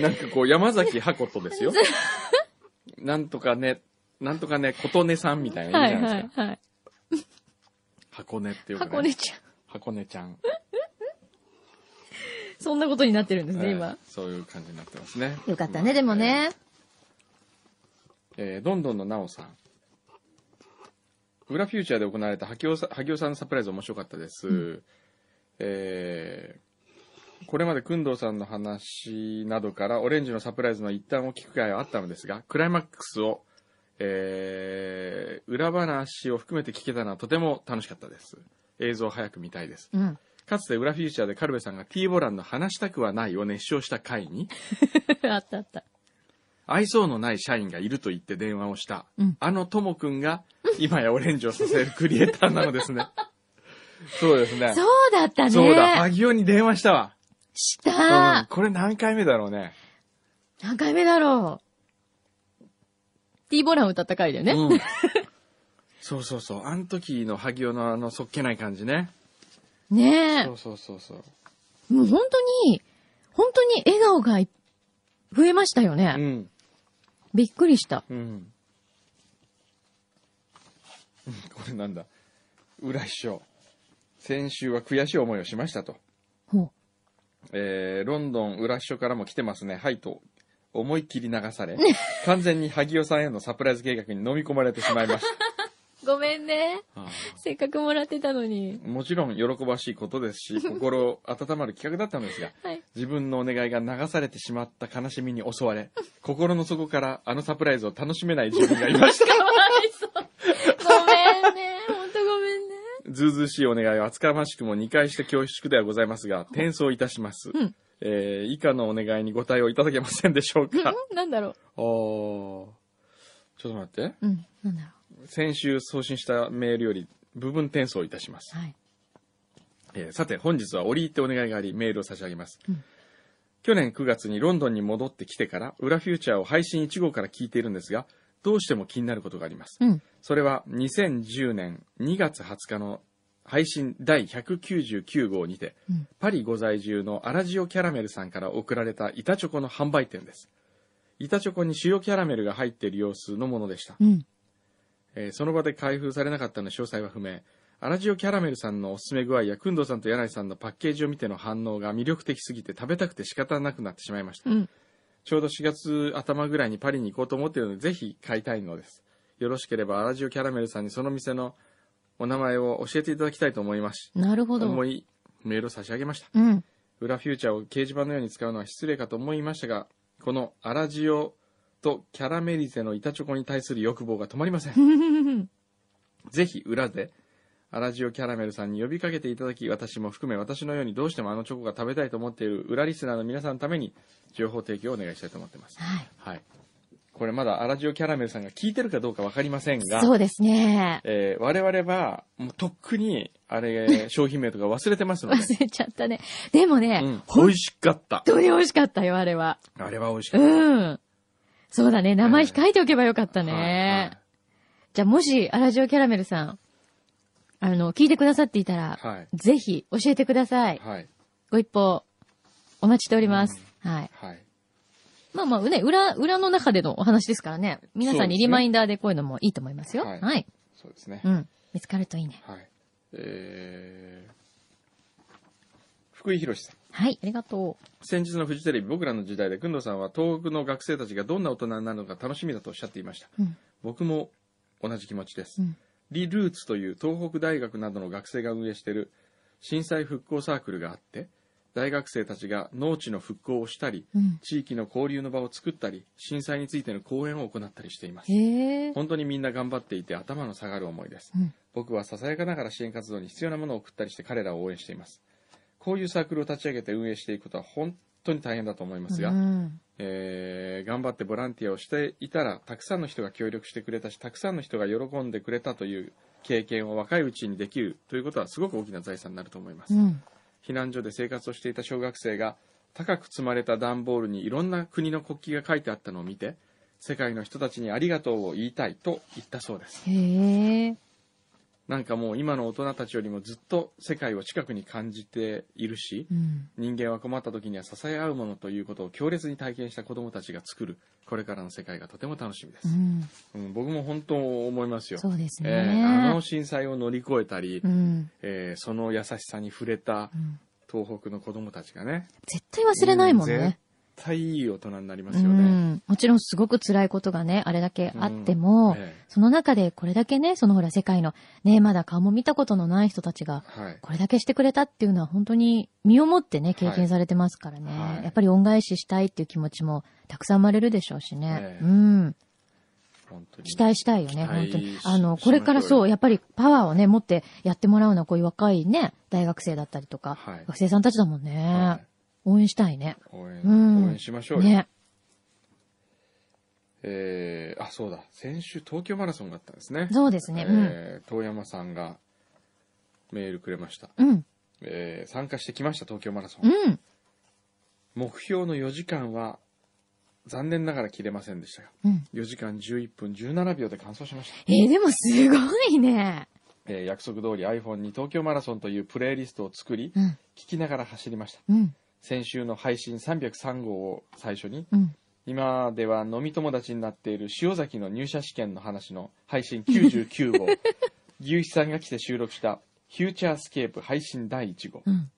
[SPEAKER 1] なんかこう、山崎箱とですよ。なんとかね、なんとかね、琴音さんみたいな
[SPEAKER 2] は
[SPEAKER 1] 意味
[SPEAKER 2] い
[SPEAKER 1] じゃないで
[SPEAKER 2] は
[SPEAKER 1] す
[SPEAKER 2] い
[SPEAKER 1] か。
[SPEAKER 2] はい。
[SPEAKER 1] 箱根っていうか、ね、
[SPEAKER 2] 箱根ちゃん。
[SPEAKER 1] 箱根ちゃん。
[SPEAKER 2] そんなことになってるんです
[SPEAKER 1] え
[SPEAKER 2] ね、
[SPEAKER 1] ー
[SPEAKER 2] 今。
[SPEAKER 1] そういう感じになってますね。
[SPEAKER 2] よかったね、でもね。
[SPEAKER 1] えー。えーどんどんのなおさん。裏フューチャーで行われた萩尾さん萩尾さんのサプライズ面白かったです。えーこれまで工藤さんの話などからオレンジのサプライズの一端を聞く機会はあったのですが、クライマックスを、えー裏話を含めて聞けたのはとても楽しかったです。映像を早く見たいです。
[SPEAKER 2] うん。
[SPEAKER 1] かつて裏フューチャーでカルベさんが T ボランの話したくはないを熱唱した回に、
[SPEAKER 2] あったあった。
[SPEAKER 1] 愛想のない社員がいると言って電話をした、
[SPEAKER 2] うん
[SPEAKER 1] あのともくんが今やオレンジをさせるクリエイターなの ですね。そうですね。
[SPEAKER 2] そうだったね。
[SPEAKER 1] そうだ、萩尾に電話したわ。
[SPEAKER 2] し
[SPEAKER 1] うん
[SPEAKER 2] た。
[SPEAKER 1] これ何回目だろうね。
[SPEAKER 2] 何回目だろう。T ボラン歌った回だよね。
[SPEAKER 1] うん、そうそうそう。あの時の萩尾のあの、そっけない感じね。
[SPEAKER 2] ねえ
[SPEAKER 1] そ。うそうそうそう。
[SPEAKER 2] もう本当に、本当に笑顔がい増えましたよ
[SPEAKER 1] う
[SPEAKER 2] ね。
[SPEAKER 1] ん。
[SPEAKER 2] びっくりした。
[SPEAKER 1] うん。うんこれなんだ。浦師匠。先週は悔しい思いをしましたと。
[SPEAKER 2] ほう。
[SPEAKER 1] えー、ロンドン裏秘書からも来てますね。はいと、思 いっきり流され、完全に萩尾さんへのサプライズ計画に飲み込まれてしまいまし
[SPEAKER 2] ごごめんね。
[SPEAKER 1] あ
[SPEAKER 2] せっかくもらってたのに。
[SPEAKER 1] ーもちろん喜ばしいことです し、心温まる企画だったのですが、
[SPEAKER 2] はい。
[SPEAKER 1] 自分のお願いが流されてしまった悲しみに襲われ、心の底からあのサプライズを楽しめない自分がい まし
[SPEAKER 2] かわいそう。ごめんね。ほんとごめんね。
[SPEAKER 1] た。ずうずうしいお願いを厚かましくも2回して恐縮ではございますが、転送いたします。
[SPEAKER 2] うん
[SPEAKER 1] えー以下のお願いにご対応いただけませんでしょうか。
[SPEAKER 2] うんなんだろ
[SPEAKER 1] あーちょっと待って。
[SPEAKER 2] う。うん。なんだろ
[SPEAKER 1] 先週送信したメールより部分転送いたします
[SPEAKER 2] う。。はい。
[SPEAKER 1] えーさて本日は折り入ってお願いがありメールを差し上げます、
[SPEAKER 2] うん
[SPEAKER 1] 去年9月にロンドンに戻ってきてから裏フューチャーを配信1号から聞いているんですがどうしても気になることがあります、
[SPEAKER 2] うん。
[SPEAKER 1] それは2010年2月20日の配信第199号にて、
[SPEAKER 2] うん
[SPEAKER 1] パリご在住のアラジオキャラメルさんから送られた板チョコの販売店です板チョコに塩キャラメルが入っている様子のものでした
[SPEAKER 2] うん。
[SPEAKER 1] えーその場で開封されなかったので詳細は不明アラジオキャラメルさんのおすすめ具合や工藤さんと柳井さんのパッケージを見ての反応が魅力的すぎて食べたくて仕方なくなってしまいました、
[SPEAKER 2] うん。
[SPEAKER 1] ちょうど4月頭ぐらいにパリに行こうと思っているのでぜひ買いたいのですよろしければアラジオキャラメルさんにその店のお名前を教えていただきたいと思いますし
[SPEAKER 2] なるほど。
[SPEAKER 1] 思いメールを差し上げました
[SPEAKER 2] うん。
[SPEAKER 1] 裏フューチャーを掲示板のように使うのは失礼かと思いましたがこのアラジオとキャラメリゼの板チョコに対する欲望が止まりません ぜひ裏で、アラジオキャラメルさんに呼びかけていただき、私も含め私のようにどうしてもあのチョコが食べたいと思っている裏リスナーの皆さんのために情報提供をお願いしたいと思ってます。
[SPEAKER 2] はい。
[SPEAKER 1] はい。これまだアラジオキャラメルさんが聞いてるかどうかわかりませんが、
[SPEAKER 2] そうですね。
[SPEAKER 1] えー我々は、もうとっくに、あ れ、商品名とか忘れてますので、
[SPEAKER 2] 忘れちゃったね。でもね、
[SPEAKER 1] うん、美
[SPEAKER 2] 本
[SPEAKER 1] 味しかった。
[SPEAKER 2] 当に美味しかったよ、あれは。
[SPEAKER 1] あれは美味しかった。
[SPEAKER 2] うん。そうだね。名前控えておけばよかったね。
[SPEAKER 1] はい
[SPEAKER 2] じゃあもし、アラジオキャラメルさん、あの、聞いてくださっていたら、
[SPEAKER 1] はい。
[SPEAKER 2] ぜひ教えてください。
[SPEAKER 1] はい。はい。
[SPEAKER 2] ご一報、お待ちしております。はい。
[SPEAKER 1] はい。
[SPEAKER 2] まあまあ、ね、裏、裏の中でのお話ですからね。皆さんにリマインダーでこういうのもいいと思いますよ。
[SPEAKER 1] そうですね
[SPEAKER 2] はい、
[SPEAKER 1] そうですね。
[SPEAKER 2] うん。見つかるといいね。
[SPEAKER 1] はい。えー福井博さん。
[SPEAKER 2] はい、ありがとう。
[SPEAKER 1] 先日のフジテレビ僕らの時代で工藤さんは東北の学生たちがどんな大人になるのか楽しみだとおっしゃっていました
[SPEAKER 2] うん。
[SPEAKER 1] 僕も同じ気持ちです、
[SPEAKER 2] うん
[SPEAKER 1] リ・ルーツという東北大学などの学生が運営している震災復興サークルがあって大学生たちが農地の復興をしたり
[SPEAKER 2] うん。
[SPEAKER 1] 地域の交流の場を作ったり震災についての講演を行ったりしています
[SPEAKER 2] へえ。
[SPEAKER 1] 本当にみんな頑張っていて頭の下がる思いです、
[SPEAKER 2] うん
[SPEAKER 1] 僕はささやかながら支援活動に必要なものを送ったりして彼らを応援していますこういうサークルを立ち上げて運営していくことは本当に大変だと思いますが、
[SPEAKER 2] うん。
[SPEAKER 1] えー頑張ってボランティアをしていたらたくさんの人が協力してくれたしたくさんの人が喜んでくれたという経験を若いうちにできるということはすごく大きな財産になると思います、
[SPEAKER 2] うん。
[SPEAKER 1] 避難所で生活をしていた小学生が高く積まれた段ボールにいろんな国の国旗が書いてあったのを見て世界の人たちにありがとうを言いたいと言ったそうです
[SPEAKER 2] へえ。
[SPEAKER 1] なんかもう今の大人たちよりもずっと世界を近くに感じているし
[SPEAKER 2] うん。
[SPEAKER 1] 人間は困った時には支え合うものということを強烈に体験した子どもたちが作るこれからの世界がとても楽しみで
[SPEAKER 2] う
[SPEAKER 1] す、
[SPEAKER 2] ん。
[SPEAKER 1] うん、僕も本当思いますよ
[SPEAKER 2] そうですね。
[SPEAKER 1] えーあの震災を乗り越えたり、
[SPEAKER 2] うん。
[SPEAKER 1] えーその優しさに触れた
[SPEAKER 2] うん
[SPEAKER 1] 東北の子どもたちがね
[SPEAKER 2] 絶対忘れないもんね。
[SPEAKER 1] うん絶対いい大人になりま
[SPEAKER 2] う
[SPEAKER 1] すよね。
[SPEAKER 2] ん。もちろんすごく辛いことがね、あれだけあっても、
[SPEAKER 1] ええ
[SPEAKER 2] その中でこれだけね、そのほら世界のね、まだ顔も見たことのない人たちが、
[SPEAKER 1] はい。
[SPEAKER 2] これだけしてくれたっていうのは本当に身をもってね、経験されてますからね。
[SPEAKER 1] はい
[SPEAKER 2] やっぱり恩返ししたいっていう気持ちもたくさん生まれるでしょうしね
[SPEAKER 1] え。え
[SPEAKER 2] うん。
[SPEAKER 1] 本当に。
[SPEAKER 2] 期待したいよ
[SPEAKER 1] 期
[SPEAKER 2] ね、
[SPEAKER 1] 待
[SPEAKER 2] 本当に
[SPEAKER 1] し。
[SPEAKER 2] あの、
[SPEAKER 1] し
[SPEAKER 2] これから
[SPEAKER 1] しましょ
[SPEAKER 2] そうう、やっぱりパワーをね、持ってやってもらうのはこういう若いね、大学生だったりとか、
[SPEAKER 1] はい
[SPEAKER 2] 学生さんたちだもんね。
[SPEAKER 1] はい
[SPEAKER 2] 応援したいね。
[SPEAKER 1] 応
[SPEAKER 2] うん
[SPEAKER 1] 援、応援しましょうよ。
[SPEAKER 2] ね。
[SPEAKER 1] えーあ、そうだ。先週東京マラソンがあったんですね。
[SPEAKER 2] そうですね。うん。
[SPEAKER 1] えー遠山さんがメールくれました。
[SPEAKER 2] うん。
[SPEAKER 1] えー参加してきました、東京マラソ
[SPEAKER 2] う
[SPEAKER 1] ン。
[SPEAKER 2] ん。
[SPEAKER 1] 目標の4時間は、残念ながら切れませんでしたが、
[SPEAKER 2] うん。
[SPEAKER 1] 4時間11分17秒で完走しました。
[SPEAKER 2] えーでもすごいね。
[SPEAKER 1] えー約束通り iPhone に東京マラソンというプレイリストを作り、
[SPEAKER 2] うん。
[SPEAKER 1] 聞きながら走りました。
[SPEAKER 2] うん。
[SPEAKER 1] 先週の配信303号を最初に
[SPEAKER 2] うん。
[SPEAKER 1] 今では飲み友達になっている塩崎の入社試験の話の配信99号牛肥さんが来て収録した「フューチャースケープ」配信第1号
[SPEAKER 2] うん。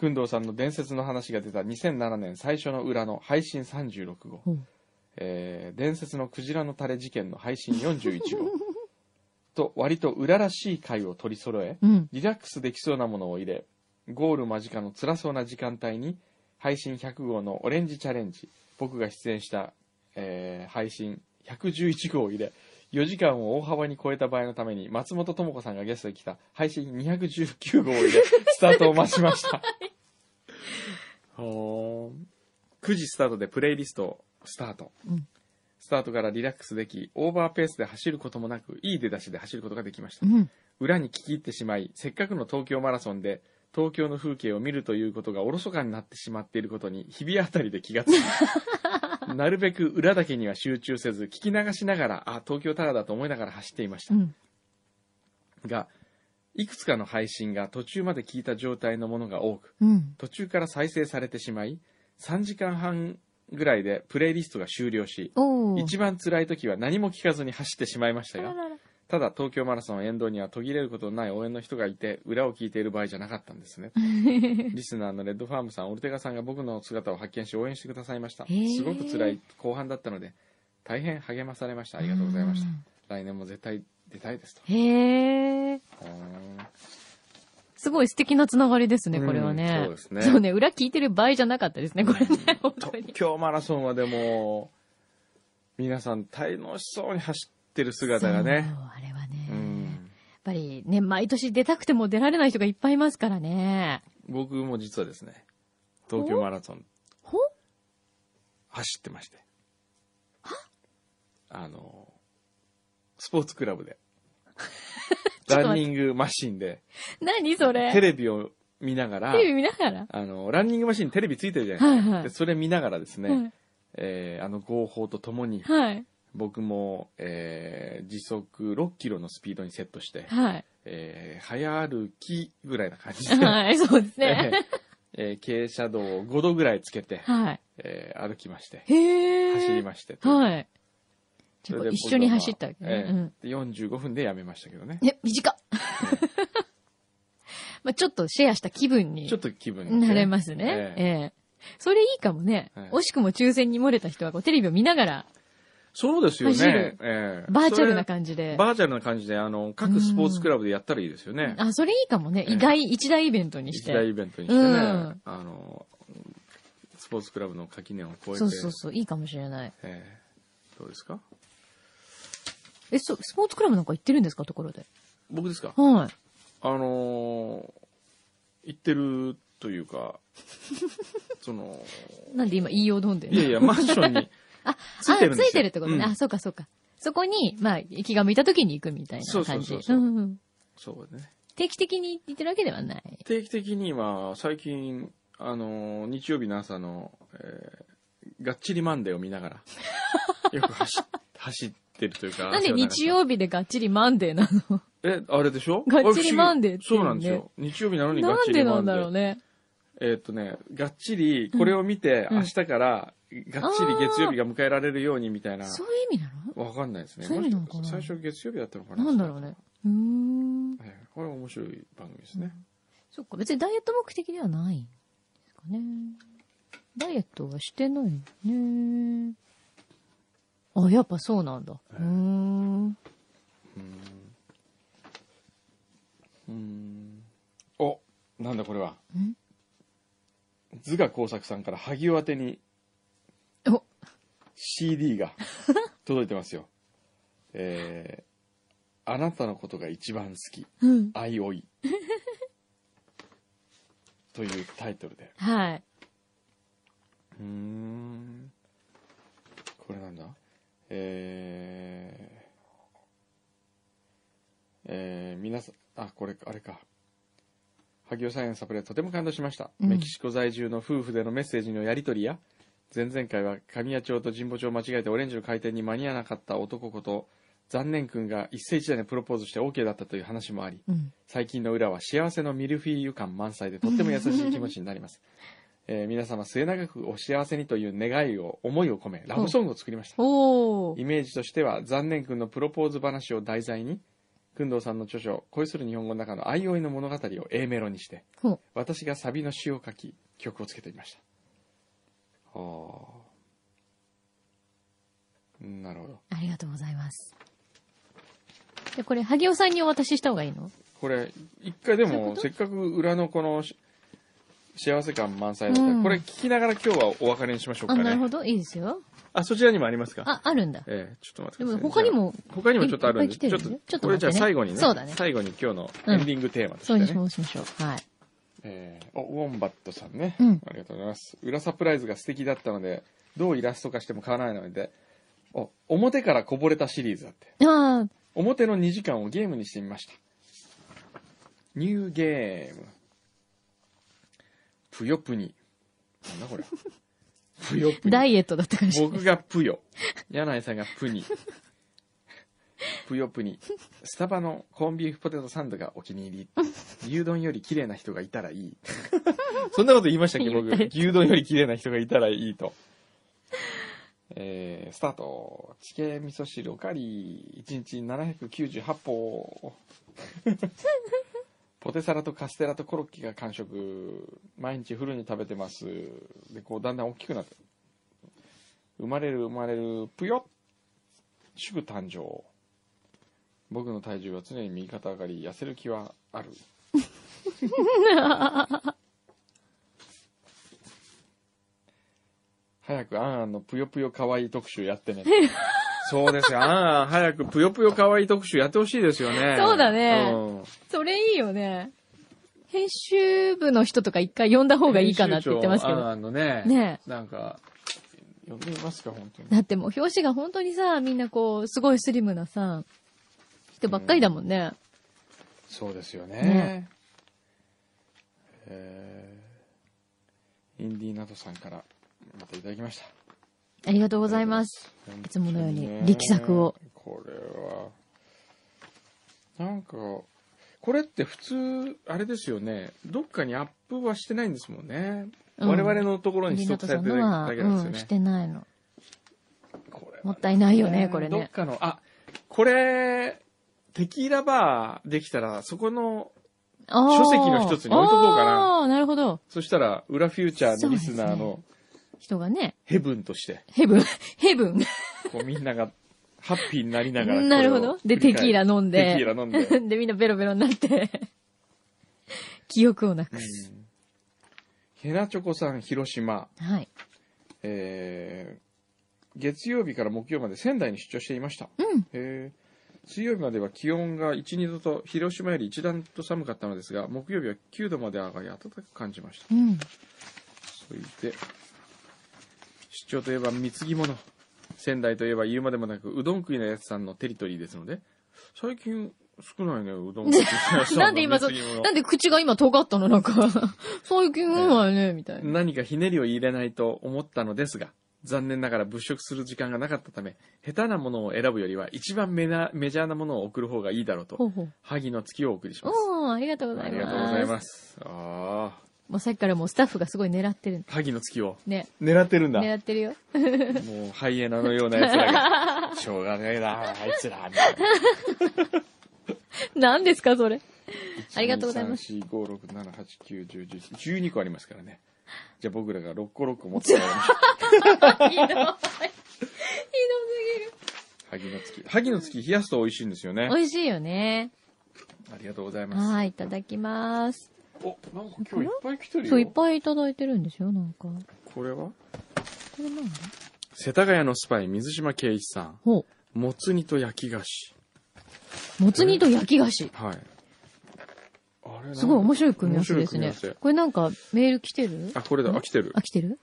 [SPEAKER 1] 工藤さんの伝説の話が出た2007年最初の裏の配信36号、
[SPEAKER 2] うん
[SPEAKER 1] えー伝説のクジラのタレ事件の配信41号と割と裏らしい回を取り揃え、
[SPEAKER 2] うん。
[SPEAKER 1] リラックスできそうなものを入れ、ゴール間近の辛そうな時間帯に、配信100号のオレンジチャレンジ、僕が出演した、えー配信111号を入れ、4時間を大幅に超えた場合のために、松本智子さんがゲストに来た配信219号を入れ、スタートを待ちま した。ほー9時スタートでプレイリストをスタート。
[SPEAKER 2] うん
[SPEAKER 1] スタートからリラックスでき、オーバーペースで走ることもなく、いい出だしで走ることができました
[SPEAKER 2] う。ん。
[SPEAKER 1] 裏に聞き入ってしまいせっかくの東京マラソンで東京の風景を見るということがおろそかになってしまっていることに日比谷あたりで気がつきましたなるべく裏だけには集中せず聞き流しながらあ東京タワーだと思いながら走っていました
[SPEAKER 2] う、ん。
[SPEAKER 1] がいくつかの配信が途中まで聞いた状態のものが多く
[SPEAKER 2] うん。
[SPEAKER 1] 途中から再生されてしまい3時間半ぐらいでプレイリストが終了し
[SPEAKER 2] おー。
[SPEAKER 1] 一番辛い時は何も聞かずに走ってしまいました
[SPEAKER 2] あ
[SPEAKER 1] が
[SPEAKER 2] ららら
[SPEAKER 1] ただ東京マラソン沿道には途切れることのない応援の人がいて裏を聞いている場合じゃなかったん ですねリスナーのレッドファームさんオルテガさんが僕の姿を発見し応援してくださいました
[SPEAKER 2] へー
[SPEAKER 1] すごく辛い後半だったので大変励まされましたありがとうございました
[SPEAKER 2] うん
[SPEAKER 1] 来年も絶対出たいですと
[SPEAKER 2] へー。
[SPEAKER 1] うーん
[SPEAKER 2] すごい素敵なつながりですね、これは
[SPEAKER 1] うん
[SPEAKER 2] ね
[SPEAKER 1] そう。ですね
[SPEAKER 2] そうね、裏聞いてる場合じゃなかったですね、これね、本当
[SPEAKER 1] 東
[SPEAKER 2] に。
[SPEAKER 1] 京マラソンはでも皆さん楽しそうに走ってる姿がね
[SPEAKER 2] そうあれはね。
[SPEAKER 1] う
[SPEAKER 2] や
[SPEAKER 1] ん
[SPEAKER 2] っぱりね、毎年出たくても出られない人がいっぱいいますからね。
[SPEAKER 1] 僕も実はですね東京マラソン
[SPEAKER 2] ほ
[SPEAKER 1] 走ってまして。あの、スポーツクラブ で。
[SPEAKER 2] ちょっと待
[SPEAKER 1] ラン
[SPEAKER 2] って
[SPEAKER 1] ニングマシンで、
[SPEAKER 2] 何それ
[SPEAKER 1] テレビを見ながら
[SPEAKER 2] テ、レビ見ながら。
[SPEAKER 1] あの、ランニングマシンにテレビついてるじゃない
[SPEAKER 2] はい
[SPEAKER 1] ですか。
[SPEAKER 2] は
[SPEAKER 1] で
[SPEAKER 2] い。
[SPEAKER 1] それ見ながらですね、
[SPEAKER 2] はい
[SPEAKER 1] えーあの号砲とともに、
[SPEAKER 2] はい。
[SPEAKER 1] 僕も、えー時速6キロのスピードにセットして、
[SPEAKER 2] はい。
[SPEAKER 1] えー早歩きぐらいな感 じで、
[SPEAKER 2] はい、そうですね。
[SPEAKER 1] えーえー傾斜度を5度ぐらいつけて、
[SPEAKER 2] はい。
[SPEAKER 1] えー歩きまして、
[SPEAKER 2] へー。
[SPEAKER 1] 走りましてという
[SPEAKER 2] はい。
[SPEAKER 1] そ
[SPEAKER 2] じゃ
[SPEAKER 1] れ
[SPEAKER 2] あ
[SPEAKER 1] で
[SPEAKER 2] 一緒に走ったわけ
[SPEAKER 1] え
[SPEAKER 2] ね。
[SPEAKER 1] え
[SPEAKER 2] うん。
[SPEAKER 1] で45分でやめましたけどね。
[SPEAKER 2] ね、短っ。 まあちょっとシェアした気分に
[SPEAKER 1] ちょっと気分
[SPEAKER 2] なれますね。え
[SPEAKER 1] ええ
[SPEAKER 2] えそれいいかもね
[SPEAKER 1] え。え
[SPEAKER 2] 惜しくも抽選に漏れた人はこうテレビを見ながら
[SPEAKER 1] そうですよ
[SPEAKER 2] 走
[SPEAKER 1] ね
[SPEAKER 2] る。
[SPEAKER 1] ええ
[SPEAKER 2] バーチャルな
[SPEAKER 1] そ
[SPEAKER 2] 感じ
[SPEAKER 1] れ
[SPEAKER 2] で。
[SPEAKER 1] バーチャルな感じで、あの、各スポーツクラブでやったらいいですよね。
[SPEAKER 2] あ、それいいかもね。
[SPEAKER 1] ええ
[SPEAKER 2] 意外、一大イベントにし
[SPEAKER 1] 一
[SPEAKER 2] て。
[SPEAKER 1] 大イベントにしてね、
[SPEAKER 2] うん
[SPEAKER 1] あの、スポーツクラブの垣根を越えて。
[SPEAKER 2] そうそうそう、いいかもしれない。
[SPEAKER 1] ええどうですか
[SPEAKER 2] え、そう、スポーツクラブなんか行ってるんですかところで。
[SPEAKER 1] 僕ですか
[SPEAKER 2] は
[SPEAKER 1] あのー行ってるという か、その、
[SPEAKER 2] い。なんで今言いようどんでん
[SPEAKER 1] い
[SPEAKER 2] の
[SPEAKER 1] やいや、マンションに、
[SPEAKER 2] あ、
[SPEAKER 1] ついてるん
[SPEAKER 2] あ
[SPEAKER 1] です
[SPEAKER 2] つ
[SPEAKER 1] よ
[SPEAKER 2] いてるってことね。
[SPEAKER 1] うん
[SPEAKER 2] あ、そうかそうか。そこに、まあ、気が向いた時に行くみたいな感じ。
[SPEAKER 1] そうそうそうそうん
[SPEAKER 2] んん
[SPEAKER 1] そうね。
[SPEAKER 2] 定期的に行ってるわけではない。
[SPEAKER 1] 定期的には最近あの日曜日の朝の、えー、がっちりマンデーを見な がらよく走っ走ってるというか
[SPEAKER 2] なんで日
[SPEAKER 1] 日
[SPEAKER 2] 曜日でがっちりマンデーなの
[SPEAKER 1] えあれでしょ
[SPEAKER 2] がっちりマンデーって
[SPEAKER 1] そ
[SPEAKER 2] いうね
[SPEAKER 1] うなんですよ日曜日なのにがっ
[SPEAKER 2] な
[SPEAKER 1] ち
[SPEAKER 2] ん
[SPEAKER 1] り
[SPEAKER 2] で
[SPEAKER 1] マ
[SPEAKER 2] な
[SPEAKER 1] ン
[SPEAKER 2] ん
[SPEAKER 1] デー
[SPEAKER 2] だろうね。
[SPEAKER 1] えーっとねがっちりこれを見て、
[SPEAKER 2] うん
[SPEAKER 1] 明日からがっちり月曜日が迎えられるようにみたいな
[SPEAKER 2] そういう意味な
[SPEAKER 1] わかんないですね
[SPEAKER 2] そういうのかな
[SPEAKER 1] 最初月曜日だったのかな
[SPEAKER 2] のなんだろうね。うーん。
[SPEAKER 1] えーこれ面白い番組ですね、
[SPEAKER 2] そっか、別にダイエット目的ではないんですかね。ダイエットはしてないね。あ、やっぱそうなんだ。うーん。
[SPEAKER 1] うーんおなんだこれは
[SPEAKER 2] ん
[SPEAKER 1] 図画工作さんから萩尾宛てに
[SPEAKER 2] お、
[SPEAKER 1] CD が届いてますよえー、あなたのことが一番好き
[SPEAKER 2] うん。
[SPEAKER 1] 「あいお い」というタイトルで
[SPEAKER 2] はい。
[SPEAKER 1] うーんこれなんだえー、えー、皆さん、あ、これ、あれか。萩尾さんへのサプライズとても感動しました。
[SPEAKER 2] うん
[SPEAKER 1] メキシコ在住の夫婦でのメッセージのやり取りや、前々回は神谷町と神保町を間違えてオレンジの開店に間に合わなかった男こと、残念君が一世一代にプロポーズして OK だったという話もあり、
[SPEAKER 2] うん。
[SPEAKER 1] 最近の裏は幸せのミルフィーユ感満載でとっても優しい気持ちになります。えー皆様末永くお幸せにという願いを、思いを込め、ラブソングを作りました。
[SPEAKER 2] おー。
[SPEAKER 1] イメージとしては、残念君のプロポーズ話を題材に、工藤さんの著書、恋する日本語の中の愛用の物語を A メロにして、
[SPEAKER 2] ほう
[SPEAKER 1] 私がサビの詩を書き、曲をつけてみました。はあ。なるほど。
[SPEAKER 2] ありがとうございます。で、これ、萩尾さんにお渡しした方がいいの
[SPEAKER 1] これ、一回で
[SPEAKER 2] そういうこ
[SPEAKER 1] も、
[SPEAKER 2] と
[SPEAKER 1] せっかく裏のこのし、幸せ感満載だったら、
[SPEAKER 2] うん
[SPEAKER 1] これ聞きながら今日はお別れにしましょう
[SPEAKER 2] あ、
[SPEAKER 1] かね。
[SPEAKER 2] なるほど。いいですよ。
[SPEAKER 1] あ、そちらにもありますか
[SPEAKER 2] あ、あるんだ。
[SPEAKER 1] ええちょっと待って
[SPEAKER 2] で
[SPEAKER 1] くだ
[SPEAKER 2] も
[SPEAKER 1] さい。
[SPEAKER 2] 他にも、
[SPEAKER 1] じゃあ。他にもちょっとあるんで、
[SPEAKER 2] いっぱい来てるんで
[SPEAKER 1] ちょっ
[SPEAKER 2] ちょ
[SPEAKER 1] と、
[SPEAKER 2] っと
[SPEAKER 1] これじ
[SPEAKER 2] 待
[SPEAKER 1] ゃ
[SPEAKER 2] っ
[SPEAKER 1] あ
[SPEAKER 2] て
[SPEAKER 1] 最
[SPEAKER 2] ね
[SPEAKER 1] 後にね、
[SPEAKER 2] そうだね
[SPEAKER 1] 最後に今日の
[SPEAKER 2] うん
[SPEAKER 1] エンディングテーマとし
[SPEAKER 2] そうに
[SPEAKER 1] て
[SPEAKER 2] し
[SPEAKER 1] ね。
[SPEAKER 2] ましましょう。はい。
[SPEAKER 1] ええお、ウォンバットさんね、
[SPEAKER 2] うん
[SPEAKER 1] ありがとうございます。裏サプライズが素敵だったので、どうイラスト化しても買わないので、お、表からこぼれたシリーズだって。
[SPEAKER 2] ああ、
[SPEAKER 1] 表の2時間をゲームにしてみました。ニューゲーム。ぷよぷに。なんだこれ。 ぷよぷ
[SPEAKER 2] ダ
[SPEAKER 1] に。
[SPEAKER 2] イエットだったかもしれない。
[SPEAKER 1] 僕がぷよ。柳井さんがぷに。 ぷよぷに。スタバのコンビーフポテトサンドがお気に 入り。牛丼より綺麗な人がいたらいい。 そんなこと言いましたっけ僕。
[SPEAKER 2] 言った
[SPEAKER 1] 牛丼より綺麗な人がいたらいいと。えー、スタート。チゲ味噌汁おかわり。1日798歩。ポテサラとカステラとコロッケが完食。毎日フルに食べてます。で、こう、だんだん大きくなって。生まれる生まれる、ぷよっ祝誕生。僕の体重は常に右肩上がり、痩せる気はあ る。早くあんあんのぷよぷよかわいい特集やってね。そうですよ。あんあん早くぷよぷよかわいい特集やってほしいですよね。
[SPEAKER 2] そうだね
[SPEAKER 1] ん
[SPEAKER 2] それいいよね。編集部の人とか一回呼んだ方がいいかなって言ってますけ
[SPEAKER 1] 編集長
[SPEAKER 2] ど。
[SPEAKER 1] あのね。
[SPEAKER 2] ね
[SPEAKER 1] なんか、呼んでみますか、本当に。
[SPEAKER 2] だってもう表紙が本当にさ、みんなこう、すごいスリムなさ、人ばっかりだもんね。
[SPEAKER 1] そうですよね。
[SPEAKER 2] ね
[SPEAKER 1] えーインディーナトさんから、またいただきました。
[SPEAKER 2] ありがとうございます。いつものように力作を。
[SPEAKER 1] これは、なんか、これって普通、あれですよね、どっかにアップはしてないんですもんね。
[SPEAKER 2] うん
[SPEAKER 1] 我々のところに
[SPEAKER 2] り
[SPEAKER 1] 取
[SPEAKER 2] な
[SPEAKER 1] 得
[SPEAKER 2] と
[SPEAKER 1] され
[SPEAKER 2] さん
[SPEAKER 1] て
[SPEAKER 2] の
[SPEAKER 1] る
[SPEAKER 2] は、
[SPEAKER 1] だけなん
[SPEAKER 2] うん、
[SPEAKER 1] ですよ
[SPEAKER 2] し
[SPEAKER 1] ね。
[SPEAKER 2] てないの。
[SPEAKER 1] これは
[SPEAKER 2] もったいないよね、これ
[SPEAKER 1] どっ
[SPEAKER 2] ね。
[SPEAKER 1] かの、あ、これ、テキーラバーできたら、そこの、
[SPEAKER 2] あー
[SPEAKER 1] 書籍の一つに置いとこうかな
[SPEAKER 2] あーなるほど。
[SPEAKER 1] そしたら、裏フューチャーのリスナーの
[SPEAKER 2] 人がね、
[SPEAKER 1] ヘブンとして、
[SPEAKER 2] ヘブン、 ヘブン。
[SPEAKER 1] こうみんながハッピーになりながら。
[SPEAKER 2] なるほど。で、テキーラ飲んで。
[SPEAKER 1] テキーラ飲んで。
[SPEAKER 2] で、みんなベロベロになって。記憶をなくす。
[SPEAKER 1] ヘナチョコさん、広島。
[SPEAKER 2] はい。
[SPEAKER 1] えー月曜日から木曜まで仙台に出張していました。
[SPEAKER 2] うん
[SPEAKER 1] へー水曜日までは気温が1、2度と広島より一段と寒かったのですが、木曜日は9度まで上がり暖かく感じました。
[SPEAKER 2] うん。
[SPEAKER 1] それで、出張といえば貢ぎ物。仙台といえば言うまでもなく、うどん食いのやつさんのテリトリーですので、最近少ないね、うどん 食いのやつさの
[SPEAKER 2] なんで今そ
[SPEAKER 1] 貢ぎ物
[SPEAKER 2] なんで口が今尖ったのなんか、最近うまいね、みたいな。
[SPEAKER 1] 何かひねりを入れないと思ったのですが、残念ながら物色する時間がなかったため、下手なものを選ぶよりは一番メなメジャーなものを送る方がいいだろう
[SPEAKER 2] ほ
[SPEAKER 1] と、
[SPEAKER 2] うほう。
[SPEAKER 1] 萩の月をお送りします。
[SPEAKER 2] おー、ありがとうござ
[SPEAKER 1] あ
[SPEAKER 2] いま
[SPEAKER 1] り
[SPEAKER 2] す。
[SPEAKER 1] がとうございます。ああ、
[SPEAKER 2] もうさっきからもうスタッフがすごい狙ってるんだ。
[SPEAKER 1] 萩の月を
[SPEAKER 2] ね。
[SPEAKER 1] 狙ってるんだ。
[SPEAKER 2] 狙ってるよ。
[SPEAKER 1] もうハイエナのような奴らが、しょうがねえな、あいつら、みたいな。
[SPEAKER 2] 何ですか、それ。ありがとうございます。
[SPEAKER 1] 1 2 3 4、5、6、7、8、9、10、11、12個ありますからね。じゃあ僕らが6個6個持ってたら、
[SPEAKER 2] ひどい。ひど
[SPEAKER 1] 萩の月。萩の月冷やすと美味しいんですよね
[SPEAKER 2] すぎる。。美味しいよね。
[SPEAKER 1] ありがとうございます。
[SPEAKER 2] はい、いただきます。
[SPEAKER 1] お、なんか今日いっぱい来てるよ。
[SPEAKER 2] そう、いっぱいいただいてるんですよ、なんか。こ
[SPEAKER 1] これは
[SPEAKER 2] れなんだ
[SPEAKER 1] 世田谷のスパイ、水島圭一さん。
[SPEAKER 2] ほ
[SPEAKER 1] もつ煮と焼き菓子。
[SPEAKER 2] う。もつ煮と焼き菓子。
[SPEAKER 1] はい。あれ
[SPEAKER 2] すごい面白い組み合わせです
[SPEAKER 1] 面
[SPEAKER 2] ね
[SPEAKER 1] 白い組み合わ。
[SPEAKER 2] これなんかメール来てる
[SPEAKER 1] せあ、これだ。飽きてる
[SPEAKER 2] あ、。来てる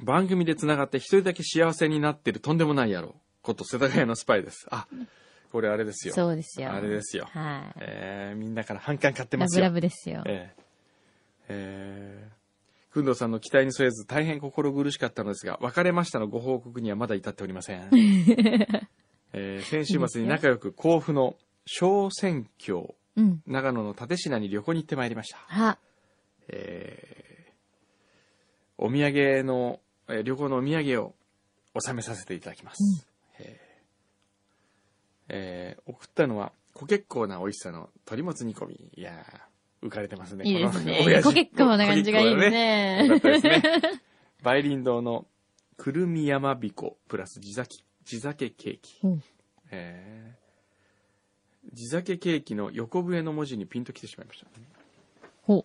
[SPEAKER 1] 番組で繋がって一人だけ幸せになってるとんでもない野郎。こと世田谷のスパイです。あ、これあれですよ。
[SPEAKER 2] そうですよ。
[SPEAKER 1] あれですよ。
[SPEAKER 2] はい。
[SPEAKER 1] えー、みんなから反感買って
[SPEAKER 2] ラ
[SPEAKER 1] ま
[SPEAKER 2] ブ
[SPEAKER 1] す
[SPEAKER 2] ラ
[SPEAKER 1] よ。
[SPEAKER 2] ブですよ。
[SPEAKER 1] えーえー、くんどうさんの期待に添えず大変心苦しかったのですが、別れましたのご報告にはまだ至っておりま せん。えー先週末に仲良く甲府の小選挙、
[SPEAKER 2] うん。
[SPEAKER 1] 長野の立科に旅行に行ってまいりました。
[SPEAKER 2] あ、
[SPEAKER 1] えーお土産の、えー旅行のお土産を納めさせていただきます。えーえー送ったのは、こ結構な美味しさの鶏もつ煮込み。いやー、浮かれてますね。
[SPEAKER 2] いいです
[SPEAKER 1] この
[SPEAKER 2] ね
[SPEAKER 1] 親。父
[SPEAKER 2] ご結構な感じがいい
[SPEAKER 1] ご結構だ
[SPEAKER 2] ね。
[SPEAKER 1] よかったですね。梅林堂のくるみやまびこプラス地酒、地酒ケーキ。
[SPEAKER 2] うん
[SPEAKER 1] えー地酒ケーキの横笛の文字にピンときてしまいました。
[SPEAKER 2] ほう。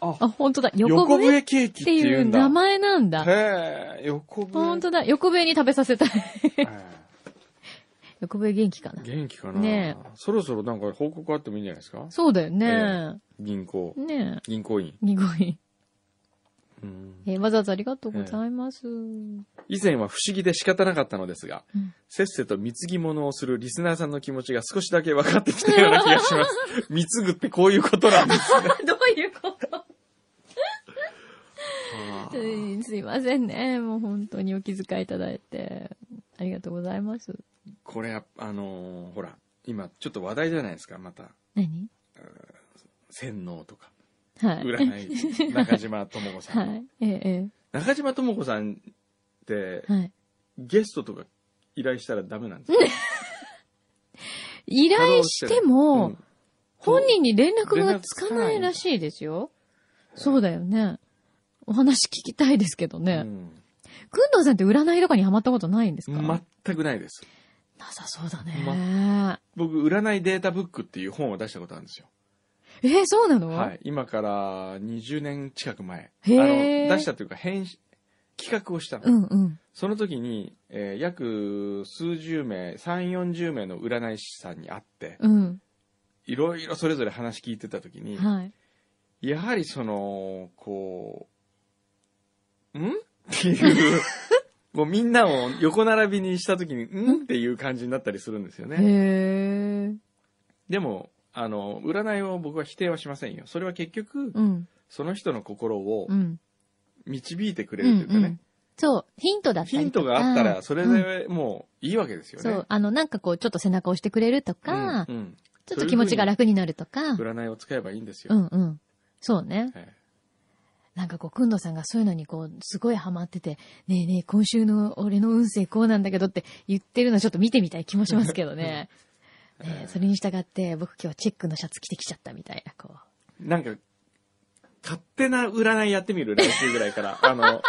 [SPEAKER 1] あ
[SPEAKER 2] あ、本当だ。横笛っ
[SPEAKER 1] ケーキって
[SPEAKER 2] てい
[SPEAKER 1] いう
[SPEAKER 2] うん
[SPEAKER 1] だ。
[SPEAKER 2] 名前なんだ。
[SPEAKER 1] へえ、横笛。
[SPEAKER 2] 本当だ。横笛に食べさせたい。
[SPEAKER 1] え
[SPEAKER 2] 横笛元気か
[SPEAKER 1] え
[SPEAKER 2] な。
[SPEAKER 1] 元気かな、
[SPEAKER 2] ね
[SPEAKER 1] そろそろなんか報告あってもいいんじゃないですか
[SPEAKER 2] そうだよね。
[SPEAKER 1] 銀行、
[SPEAKER 2] ね
[SPEAKER 1] 銀行員。
[SPEAKER 2] え。にごい。
[SPEAKER 1] うん
[SPEAKER 2] えーわざわざありがとうございます。
[SPEAKER 1] 以前は不思議で仕方なかったのですが、
[SPEAKER 2] うん
[SPEAKER 1] せっせと貢ぎ物をするリスナーさんの気持ちが少しだけ分かってきたような気がします。 貢ぐってこういうことなんです。
[SPEAKER 2] どういうことうんすいませんね。もう本当にお気遣いいただいて。ありがとうございます。
[SPEAKER 1] これ、あのーほら、今ちょっと話題じゃないですか、また。
[SPEAKER 2] 何
[SPEAKER 1] 洗脳とか。
[SPEAKER 2] はい。
[SPEAKER 1] 占い。中島智子さ
[SPEAKER 2] は
[SPEAKER 1] ん。
[SPEAKER 2] い。えええ
[SPEAKER 1] 中島智子さんって
[SPEAKER 2] え、はい。
[SPEAKER 1] ゲストとか依頼したらダメなんですか
[SPEAKER 2] 依頼しても、
[SPEAKER 1] うん
[SPEAKER 2] 本人に連絡がつかないらしいですよ。そうだよね。お話聞きたいですけど
[SPEAKER 1] う
[SPEAKER 2] ね。
[SPEAKER 1] ん
[SPEAKER 2] くんどうさんって占いとかにハマったことないんですか、
[SPEAKER 1] 全くないです。
[SPEAKER 2] なさそうだね。
[SPEAKER 1] 僕、占いデータブックっていう本を出したことあるんですよ。
[SPEAKER 2] えー、そうなの、
[SPEAKER 1] はい。今から20年近く前。あの、
[SPEAKER 2] へー
[SPEAKER 1] 出したというか、編集、企画をしたの。
[SPEAKER 2] うんうん。
[SPEAKER 1] その時に、えー約数十名、3、40名の占い師さんに会って、
[SPEAKER 2] うん。
[SPEAKER 1] いろいろそれぞれ話聞いてた時に、
[SPEAKER 2] はい。
[SPEAKER 1] やはりその、こう、んっていう、こうみんなを横並びにした 時に、んっていう感じになったりするんですよ
[SPEAKER 2] へ
[SPEAKER 1] ね。
[SPEAKER 2] え。
[SPEAKER 1] でも、あの、占いを僕は否定はしませんよ。それは結局、
[SPEAKER 2] うん。
[SPEAKER 1] その人の心を
[SPEAKER 2] うん。
[SPEAKER 1] 導いてく
[SPEAKER 2] う
[SPEAKER 1] れるとい
[SPEAKER 2] ん
[SPEAKER 1] うか
[SPEAKER 2] う
[SPEAKER 1] ね、
[SPEAKER 2] ん。そう、ヒントだったり
[SPEAKER 1] ヒント
[SPEAKER 2] とか
[SPEAKER 1] があったら、それ
[SPEAKER 2] うん
[SPEAKER 1] でもういいわけですよね。
[SPEAKER 2] そう、あの、なんかこう、ちょっと背中を押してくれるとか、
[SPEAKER 1] うんうん
[SPEAKER 2] ちょっと気持ちが楽になるとか、
[SPEAKER 1] 占いを使えばいいんですよ。
[SPEAKER 2] うんうん。そうね。
[SPEAKER 1] ええ
[SPEAKER 2] なんかこう、くんどさんがそういうのにこう、すごいハマってて、ねえねえ、今週の俺の運勢こうなんだけどって言ってるのちょっと見てみたい気もしますけどね。ねえそれに従って、僕今日チェックのシャツ着てきちゃったみたいな、こう。
[SPEAKER 1] なんか、勝手な占いやってみる、来週ぐらいから。 あの、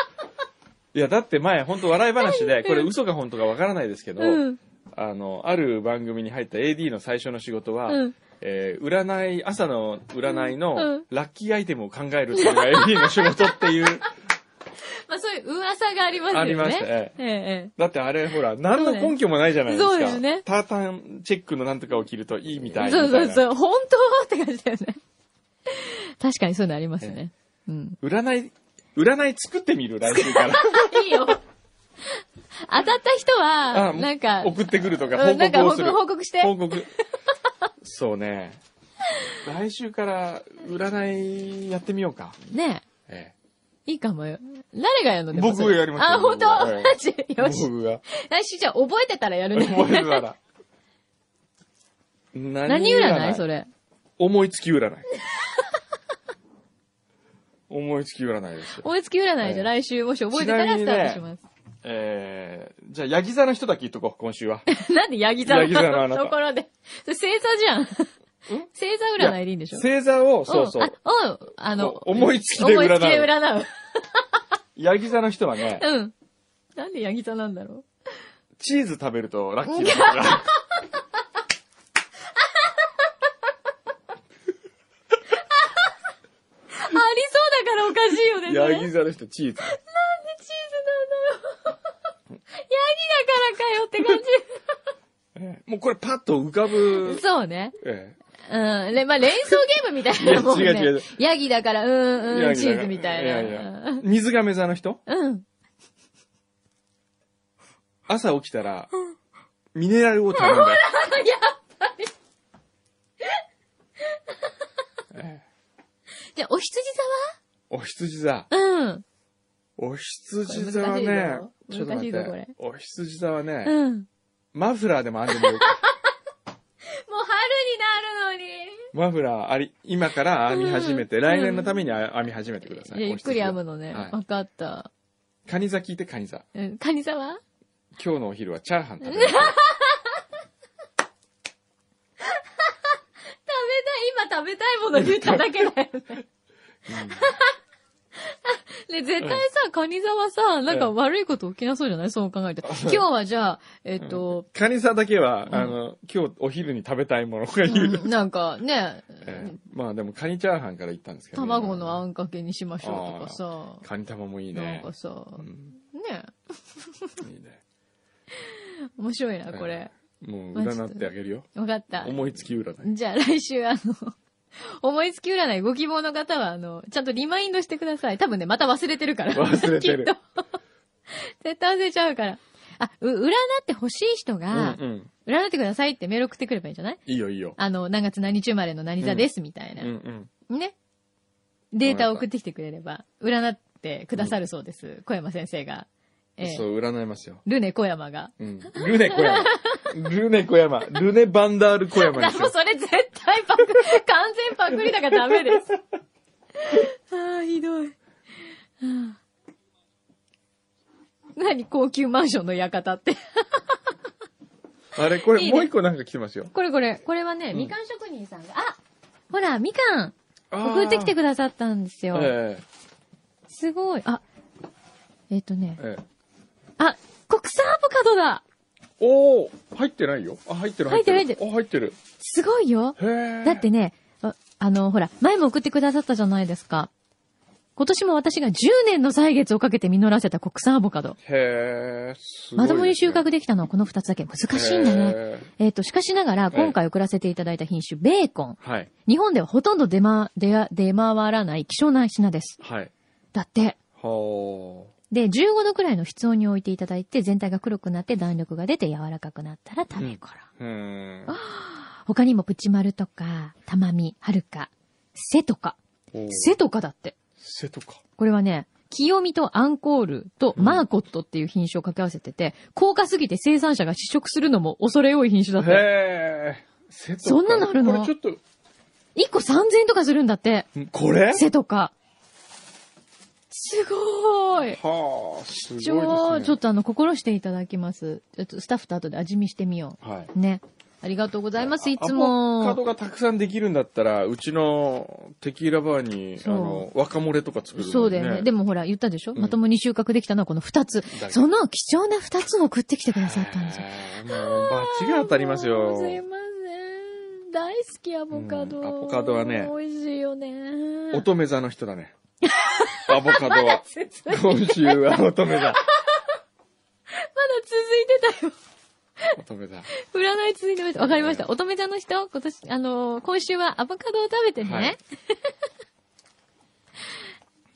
[SPEAKER 1] いや、だって前、本当笑い話で、これ嘘か本当かわからないですけど、
[SPEAKER 2] うん。
[SPEAKER 1] あの、ある番組に入った AD の最初の仕事は、
[SPEAKER 2] うん。
[SPEAKER 1] えー占い、朝の占い
[SPEAKER 2] うんう
[SPEAKER 1] の
[SPEAKER 2] ん
[SPEAKER 1] ラッキーアイテムを考えるっていうのが AD の仕事って いう、
[SPEAKER 2] まあそういう噂がありますよね。
[SPEAKER 1] ありました。ええ
[SPEAKER 2] えええ
[SPEAKER 1] だってあれ、ほら、何の根拠もないじゃないですか。
[SPEAKER 2] そうだよね
[SPEAKER 1] タータンチェックのなんとかを着るといいみたい
[SPEAKER 2] え。
[SPEAKER 1] みたい
[SPEAKER 2] そ
[SPEAKER 1] な。
[SPEAKER 2] うそうそう。本当って感じだよね。確かにそういうのありますね。うん。
[SPEAKER 1] 占い、占い作ってみる、来週から。
[SPEAKER 2] いいよ。当たった人は、
[SPEAKER 1] あ
[SPEAKER 2] なんか、
[SPEAKER 1] 送ってくるとか、
[SPEAKER 2] う
[SPEAKER 1] 報
[SPEAKER 2] んなんか
[SPEAKER 1] 告を
[SPEAKER 2] 報
[SPEAKER 1] する。
[SPEAKER 2] 告報告して。
[SPEAKER 1] 報告。そうね。来週から占いやってみようか。
[SPEAKER 2] ね
[SPEAKER 1] ええ
[SPEAKER 2] え。いいかもよ。誰がやるのでも
[SPEAKER 1] 僕
[SPEAKER 2] それ
[SPEAKER 1] がやりますよ
[SPEAKER 2] あ、本当
[SPEAKER 1] 僕が
[SPEAKER 2] マジ よし。
[SPEAKER 1] 僕が。
[SPEAKER 2] 来週じゃあ覚えてたらやるね。
[SPEAKER 1] 覚えるなら。
[SPEAKER 2] 何
[SPEAKER 1] 何
[SPEAKER 2] 占いそれ。
[SPEAKER 1] 思いつき占い。思いつき占いですよ。
[SPEAKER 2] 思いつき占い
[SPEAKER 1] え
[SPEAKER 2] じ
[SPEAKER 1] え
[SPEAKER 2] ゃ来週もし覚えてたらスタートします。
[SPEAKER 1] えー、じゃあ、ヤギ座の人だけ言っとこう、今週 は。
[SPEAKER 2] なんでヤギ座の
[SPEAKER 1] ヤギ座のあなた
[SPEAKER 2] ところで。それ星座じゃん。星座占いでいいんでしょ
[SPEAKER 1] 星座を、そうそ
[SPEAKER 2] ん
[SPEAKER 1] う。
[SPEAKER 2] あ、うん、あの、
[SPEAKER 1] お思いつきで占う
[SPEAKER 2] 思いつきで占う。
[SPEAKER 1] ヤギ座の人はね、
[SPEAKER 2] うん。なんでヤギ座なんだろ
[SPEAKER 1] チーズ食べるとラッキーだから。
[SPEAKER 2] う。ありそうだからおかしいよね、それ。
[SPEAKER 1] ヤギ座の人、チーズ。
[SPEAKER 2] チーズ なんだろう。ヤギだからかよって
[SPEAKER 1] ええもうこれパッと浮か
[SPEAKER 2] 感
[SPEAKER 1] ぶ
[SPEAKER 2] じ。。そうね。
[SPEAKER 1] え
[SPEAKER 2] うん。れまあ、連想ゲームみたいなもんね。
[SPEAKER 1] い や違う違う
[SPEAKER 2] ヤギだから、うん
[SPEAKER 1] ヤ
[SPEAKER 2] うん、
[SPEAKER 1] ギ
[SPEAKER 2] チ
[SPEAKER 1] だから
[SPEAKER 2] ーズみたい
[SPEAKER 1] い
[SPEAKER 2] な。
[SPEAKER 1] やいやえ水亀座の人
[SPEAKER 2] うん。
[SPEAKER 1] 朝起きたら、ミネラルウォーター飲んだよ。
[SPEAKER 2] じゃあ、お羊
[SPEAKER 1] お羊座。
[SPEAKER 2] 座は
[SPEAKER 1] お羊座は
[SPEAKER 2] これ
[SPEAKER 1] ね
[SPEAKER 2] 難し、い
[SPEAKER 1] ちょ
[SPEAKER 2] ぞ
[SPEAKER 1] っと待っ
[SPEAKER 2] 難しいぞこ
[SPEAKER 1] て
[SPEAKER 2] れ。
[SPEAKER 1] お羊座は
[SPEAKER 2] うん。
[SPEAKER 1] ね、
[SPEAKER 2] うん。もう
[SPEAKER 1] マフラーでもあんでもよく。
[SPEAKER 2] 春になる
[SPEAKER 1] マフラーあり、今から編み始めて、来年のためにあ編み始めてくださ
[SPEAKER 2] の
[SPEAKER 1] い。
[SPEAKER 2] に。ゆっくり編むの
[SPEAKER 1] お
[SPEAKER 2] ね。
[SPEAKER 1] 羊座
[SPEAKER 2] わ、
[SPEAKER 1] はい。
[SPEAKER 2] かった。
[SPEAKER 1] カニ座聞いてカニ座。
[SPEAKER 2] うん。カニ座は
[SPEAKER 1] 今日のお昼はチャーハン食べる。
[SPEAKER 2] 食べたい、今食べ たいもの言っただけだよね。ね、絶対さ、カニザワさ、なんか悪いこと起きなそうじゃないそう考えて。今日はじゃあ、えっと、
[SPEAKER 1] カニさんだけは、
[SPEAKER 2] ん
[SPEAKER 1] あの、今日お昼に食べたいものが言う。
[SPEAKER 2] うんなんかね、
[SPEAKER 1] ええまあでもカニチャーハンから行ったんですけどね、
[SPEAKER 2] 卵のあんかけにしましょうとかさ、
[SPEAKER 1] カニ玉もいい
[SPEAKER 2] なん
[SPEAKER 1] ね。
[SPEAKER 2] かさ、
[SPEAKER 1] うん
[SPEAKER 2] ね、
[SPEAKER 1] いいね。
[SPEAKER 2] 面白いな、これ。
[SPEAKER 1] もう
[SPEAKER 2] マジで
[SPEAKER 1] 占ってあげるよ。
[SPEAKER 2] わかった。
[SPEAKER 1] 思いつき占い。
[SPEAKER 2] じゃあ来週、あの、 思いつき占いご希望の方は、あの、ちゃんとリマインドしてください。多分ね、また忘れてるから。
[SPEAKER 1] 忘れてる
[SPEAKER 2] きっと。絶対忘れちゃうから。あ、う、占って欲しい人
[SPEAKER 1] うん
[SPEAKER 2] が、
[SPEAKER 1] うん。
[SPEAKER 2] 占ってくださいってメール送ってくればいいんじゃない
[SPEAKER 1] いいよいいよ。
[SPEAKER 2] あの、何月何日生まれの何座です、みたい
[SPEAKER 1] うん
[SPEAKER 2] な。
[SPEAKER 1] うん。
[SPEAKER 2] ね。データを送ってきてくれれば、占ってくださるそうです。小山先生が。ええ
[SPEAKER 1] そう、占いますよ。
[SPEAKER 2] ルネ小山が。
[SPEAKER 1] うん。ルネ小 山。ルネ小山。ルネバンダール小山
[SPEAKER 2] だ
[SPEAKER 1] で
[SPEAKER 2] か
[SPEAKER 1] す
[SPEAKER 2] らもう
[SPEAKER 1] よ。
[SPEAKER 2] それ絶対パク、完全パクリだからダメ です。ああ、ひどい。はあ何高級マンションの館って。
[SPEAKER 1] あれ、これ
[SPEAKER 2] いいね
[SPEAKER 1] もう一個なんか来てますよ。
[SPEAKER 2] これこれ、これはね、
[SPEAKER 1] ん
[SPEAKER 2] みかん職人さんが、あほら、みかん
[SPEAKER 1] あー
[SPEAKER 2] 送ってきてくださったんですよ。
[SPEAKER 1] ええ
[SPEAKER 2] すごい。あ、えっ、とね、
[SPEAKER 1] ええ
[SPEAKER 2] あ、国産アボカドだ
[SPEAKER 1] おお入ってないよ。あ、入ってる
[SPEAKER 2] 入ってる
[SPEAKER 1] あ、入ってる。
[SPEAKER 2] すごいよ
[SPEAKER 1] へえ。
[SPEAKER 2] だってね、ああの、ほら、前も送ってくださったじゃないですか。今年も私が10年の歳月をかけて実らせた国産アボカド。
[SPEAKER 1] へえ、すごい
[SPEAKER 2] ま
[SPEAKER 1] ですね。
[SPEAKER 2] ともに収穫できたのはこの2つだけ。難しいんだね。
[SPEAKER 1] へ
[SPEAKER 2] えっ、と、しかしながら、
[SPEAKER 1] ええ
[SPEAKER 2] 今回送らせていただいた品種、ベーコン。
[SPEAKER 1] ーはい。
[SPEAKER 2] 日本ではほとんど出ま、出や、出回らない希少な品です。
[SPEAKER 1] はい。
[SPEAKER 2] だって。
[SPEAKER 1] は
[SPEAKER 2] で、15度くらいの室温に置いていただいて、全体が黒くなって弾力が出て柔らかくなったら食べ頃。
[SPEAKER 1] あ。うーん。
[SPEAKER 2] 他にもプチマルとか、たまみ、はるか、せとか。
[SPEAKER 1] おー
[SPEAKER 2] せとかだって。
[SPEAKER 1] 瀬戸か。
[SPEAKER 2] これはね、清見とアンコールとマーコットっていう品種を掛け合わせてて、高価すぎて生産者が試食するのも恐れ多い品種だって。
[SPEAKER 1] へえ。瀬戸か
[SPEAKER 2] そんなのあるの
[SPEAKER 1] これちょっと
[SPEAKER 2] 1個3000円とかするんだって。、
[SPEAKER 1] んこれ
[SPEAKER 2] 背とか。すごーい。
[SPEAKER 1] はあ、すごいです
[SPEAKER 2] ちょ、
[SPEAKER 1] ね。
[SPEAKER 2] ちょっとあの、心していただきます。ちょっとスタッフと後で味見してみよ
[SPEAKER 1] はい。
[SPEAKER 2] う。ね。ありがとうございます、いつ
[SPEAKER 1] アボカド
[SPEAKER 2] も。
[SPEAKER 1] がたくさんできるんだったら、うちのテキーラバーに、あ
[SPEAKER 2] そう
[SPEAKER 1] の、若漏れとか作るのにね
[SPEAKER 2] そうだよね。でもほら、言ったでしょ、
[SPEAKER 1] うん
[SPEAKER 2] まともに収穫できたのはこの2つ
[SPEAKER 1] だ。
[SPEAKER 2] その貴重な2つを送ってきてくださったんですよ。
[SPEAKER 1] へえもう、バチが当たりますよ。
[SPEAKER 2] すいません。大好きアボカド。
[SPEAKER 1] うんアボカドはね
[SPEAKER 2] 美味しいよね。
[SPEAKER 1] 乙女座の人だね。 アボカドは。
[SPEAKER 2] 続いまだ
[SPEAKER 1] 今週 は乙女座。
[SPEAKER 2] 続いてたよ。
[SPEAKER 1] 乙女座。
[SPEAKER 2] 占い続いてました。わかりました。乙女座の人、今年、あのー今週はアボカドを食べてね。
[SPEAKER 1] はい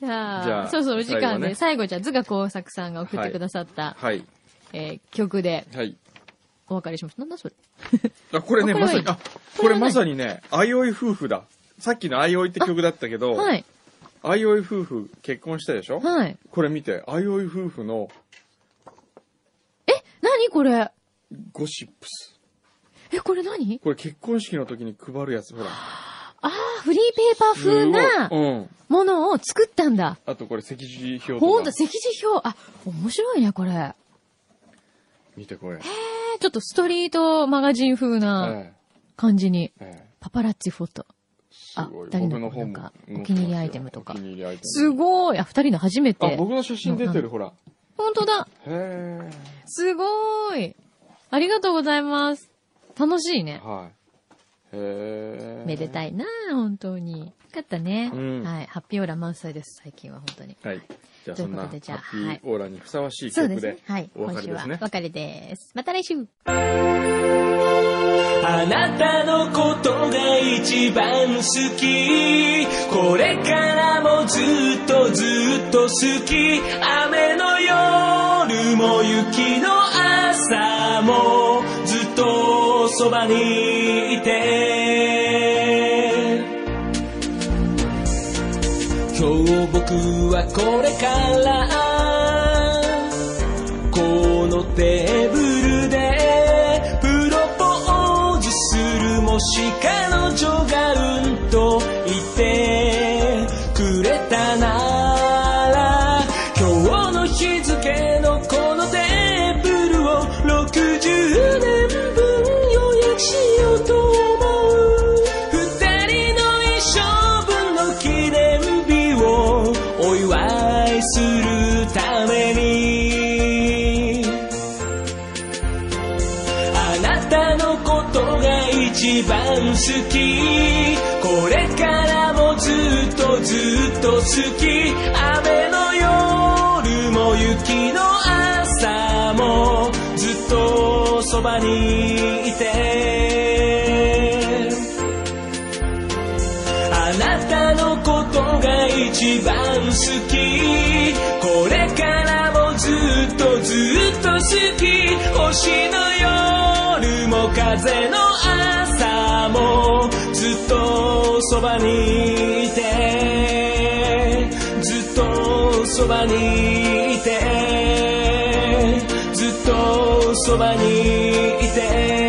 [SPEAKER 2] じゃあ、
[SPEAKER 1] じゃあ
[SPEAKER 2] そろそろお時間で、
[SPEAKER 1] 最後
[SPEAKER 2] 最後,、
[SPEAKER 1] ね
[SPEAKER 2] じゃあ、図画工作さんが送ってくださった、
[SPEAKER 1] はい。
[SPEAKER 2] えー曲で
[SPEAKER 1] はい。
[SPEAKER 2] お別れしました。なんだそれ
[SPEAKER 1] あ、これね、
[SPEAKER 2] あこれ
[SPEAKER 1] ま
[SPEAKER 2] は
[SPEAKER 1] さ
[SPEAKER 2] いい
[SPEAKER 1] に、あ、これまさにね、あいおい夫婦だ。さっきのあいおいって曲だったけど、
[SPEAKER 2] はい。
[SPEAKER 1] あいおい夫婦結婚したでしょ
[SPEAKER 2] はい。
[SPEAKER 1] これ見て、あいおい夫婦の
[SPEAKER 2] 何これ
[SPEAKER 1] ゴシップス。
[SPEAKER 2] え、これ何
[SPEAKER 1] これ結婚式の時に配るやつ、ほら。
[SPEAKER 2] ああ、フリーペーパー風な
[SPEAKER 1] すごいうん。
[SPEAKER 2] ものを作ったんだ。
[SPEAKER 1] あとこれ席次表
[SPEAKER 2] ほん
[SPEAKER 1] とか。
[SPEAKER 2] と、席次表。あ、面白いね、これ。え
[SPEAKER 1] 見てこれ。
[SPEAKER 2] ーちょっとストリートマガジン風な
[SPEAKER 1] え
[SPEAKER 2] 感じに。
[SPEAKER 1] えええ
[SPEAKER 2] パパラッチフォト。
[SPEAKER 1] す
[SPEAKER 2] あ
[SPEAKER 1] ごい。
[SPEAKER 2] 二人の
[SPEAKER 1] 僕の方
[SPEAKER 2] なん
[SPEAKER 1] も
[SPEAKER 2] か。お気に入りアイテムとか
[SPEAKER 1] お気に入りアイテム。
[SPEAKER 2] すごい。あ、二人の初め
[SPEAKER 1] あ、
[SPEAKER 2] て。
[SPEAKER 1] 僕の写真出てる、ほら。
[SPEAKER 2] 本当だ。
[SPEAKER 1] へ
[SPEAKER 2] すごい。ありがとうございます。楽しい
[SPEAKER 1] え。
[SPEAKER 2] ね。
[SPEAKER 1] はい。へえ。
[SPEAKER 2] めでた
[SPEAKER 1] い。
[SPEAKER 2] いなあ本当に。よかったね。
[SPEAKER 1] うん
[SPEAKER 2] はい。発表欄満載です、最近は本当に。
[SPEAKER 1] はい。じゃあ
[SPEAKER 2] と
[SPEAKER 1] そ
[SPEAKER 2] いうんこ
[SPEAKER 1] な
[SPEAKER 2] と
[SPEAKER 1] ハ
[SPEAKER 2] で
[SPEAKER 1] ッ
[SPEAKER 2] じ
[SPEAKER 1] ピ
[SPEAKER 2] ゃあ
[SPEAKER 1] ーオーラにふさわしい
[SPEAKER 2] そう
[SPEAKER 1] 曲
[SPEAKER 2] ですね
[SPEAKER 1] で。、
[SPEAKER 2] はい。
[SPEAKER 1] お別れ
[SPEAKER 2] 今週
[SPEAKER 1] で
[SPEAKER 2] は
[SPEAKER 1] すね
[SPEAKER 2] お。別れです。また来週
[SPEAKER 4] あなたのことが一番好きこれからもずっとずっと好き雨の夜も雪の朝もずっとそばにいて今日僕はこれからこのテーブルでプロポーズするもし彼女がうんと言ってくれたなら今日の日付のこのテーブルを60年分予約しようと思う二人の一生分の記念日をお祝いするためあなたのことが一番好きこれからもずっとずっと好き雨の夜も雪の朝もずっとそばにいてあなたのことが一番好きこれからもずっとずっと好き星の夜も風の朝もずっとそばにいてずっとそばにいてずっとそばにいて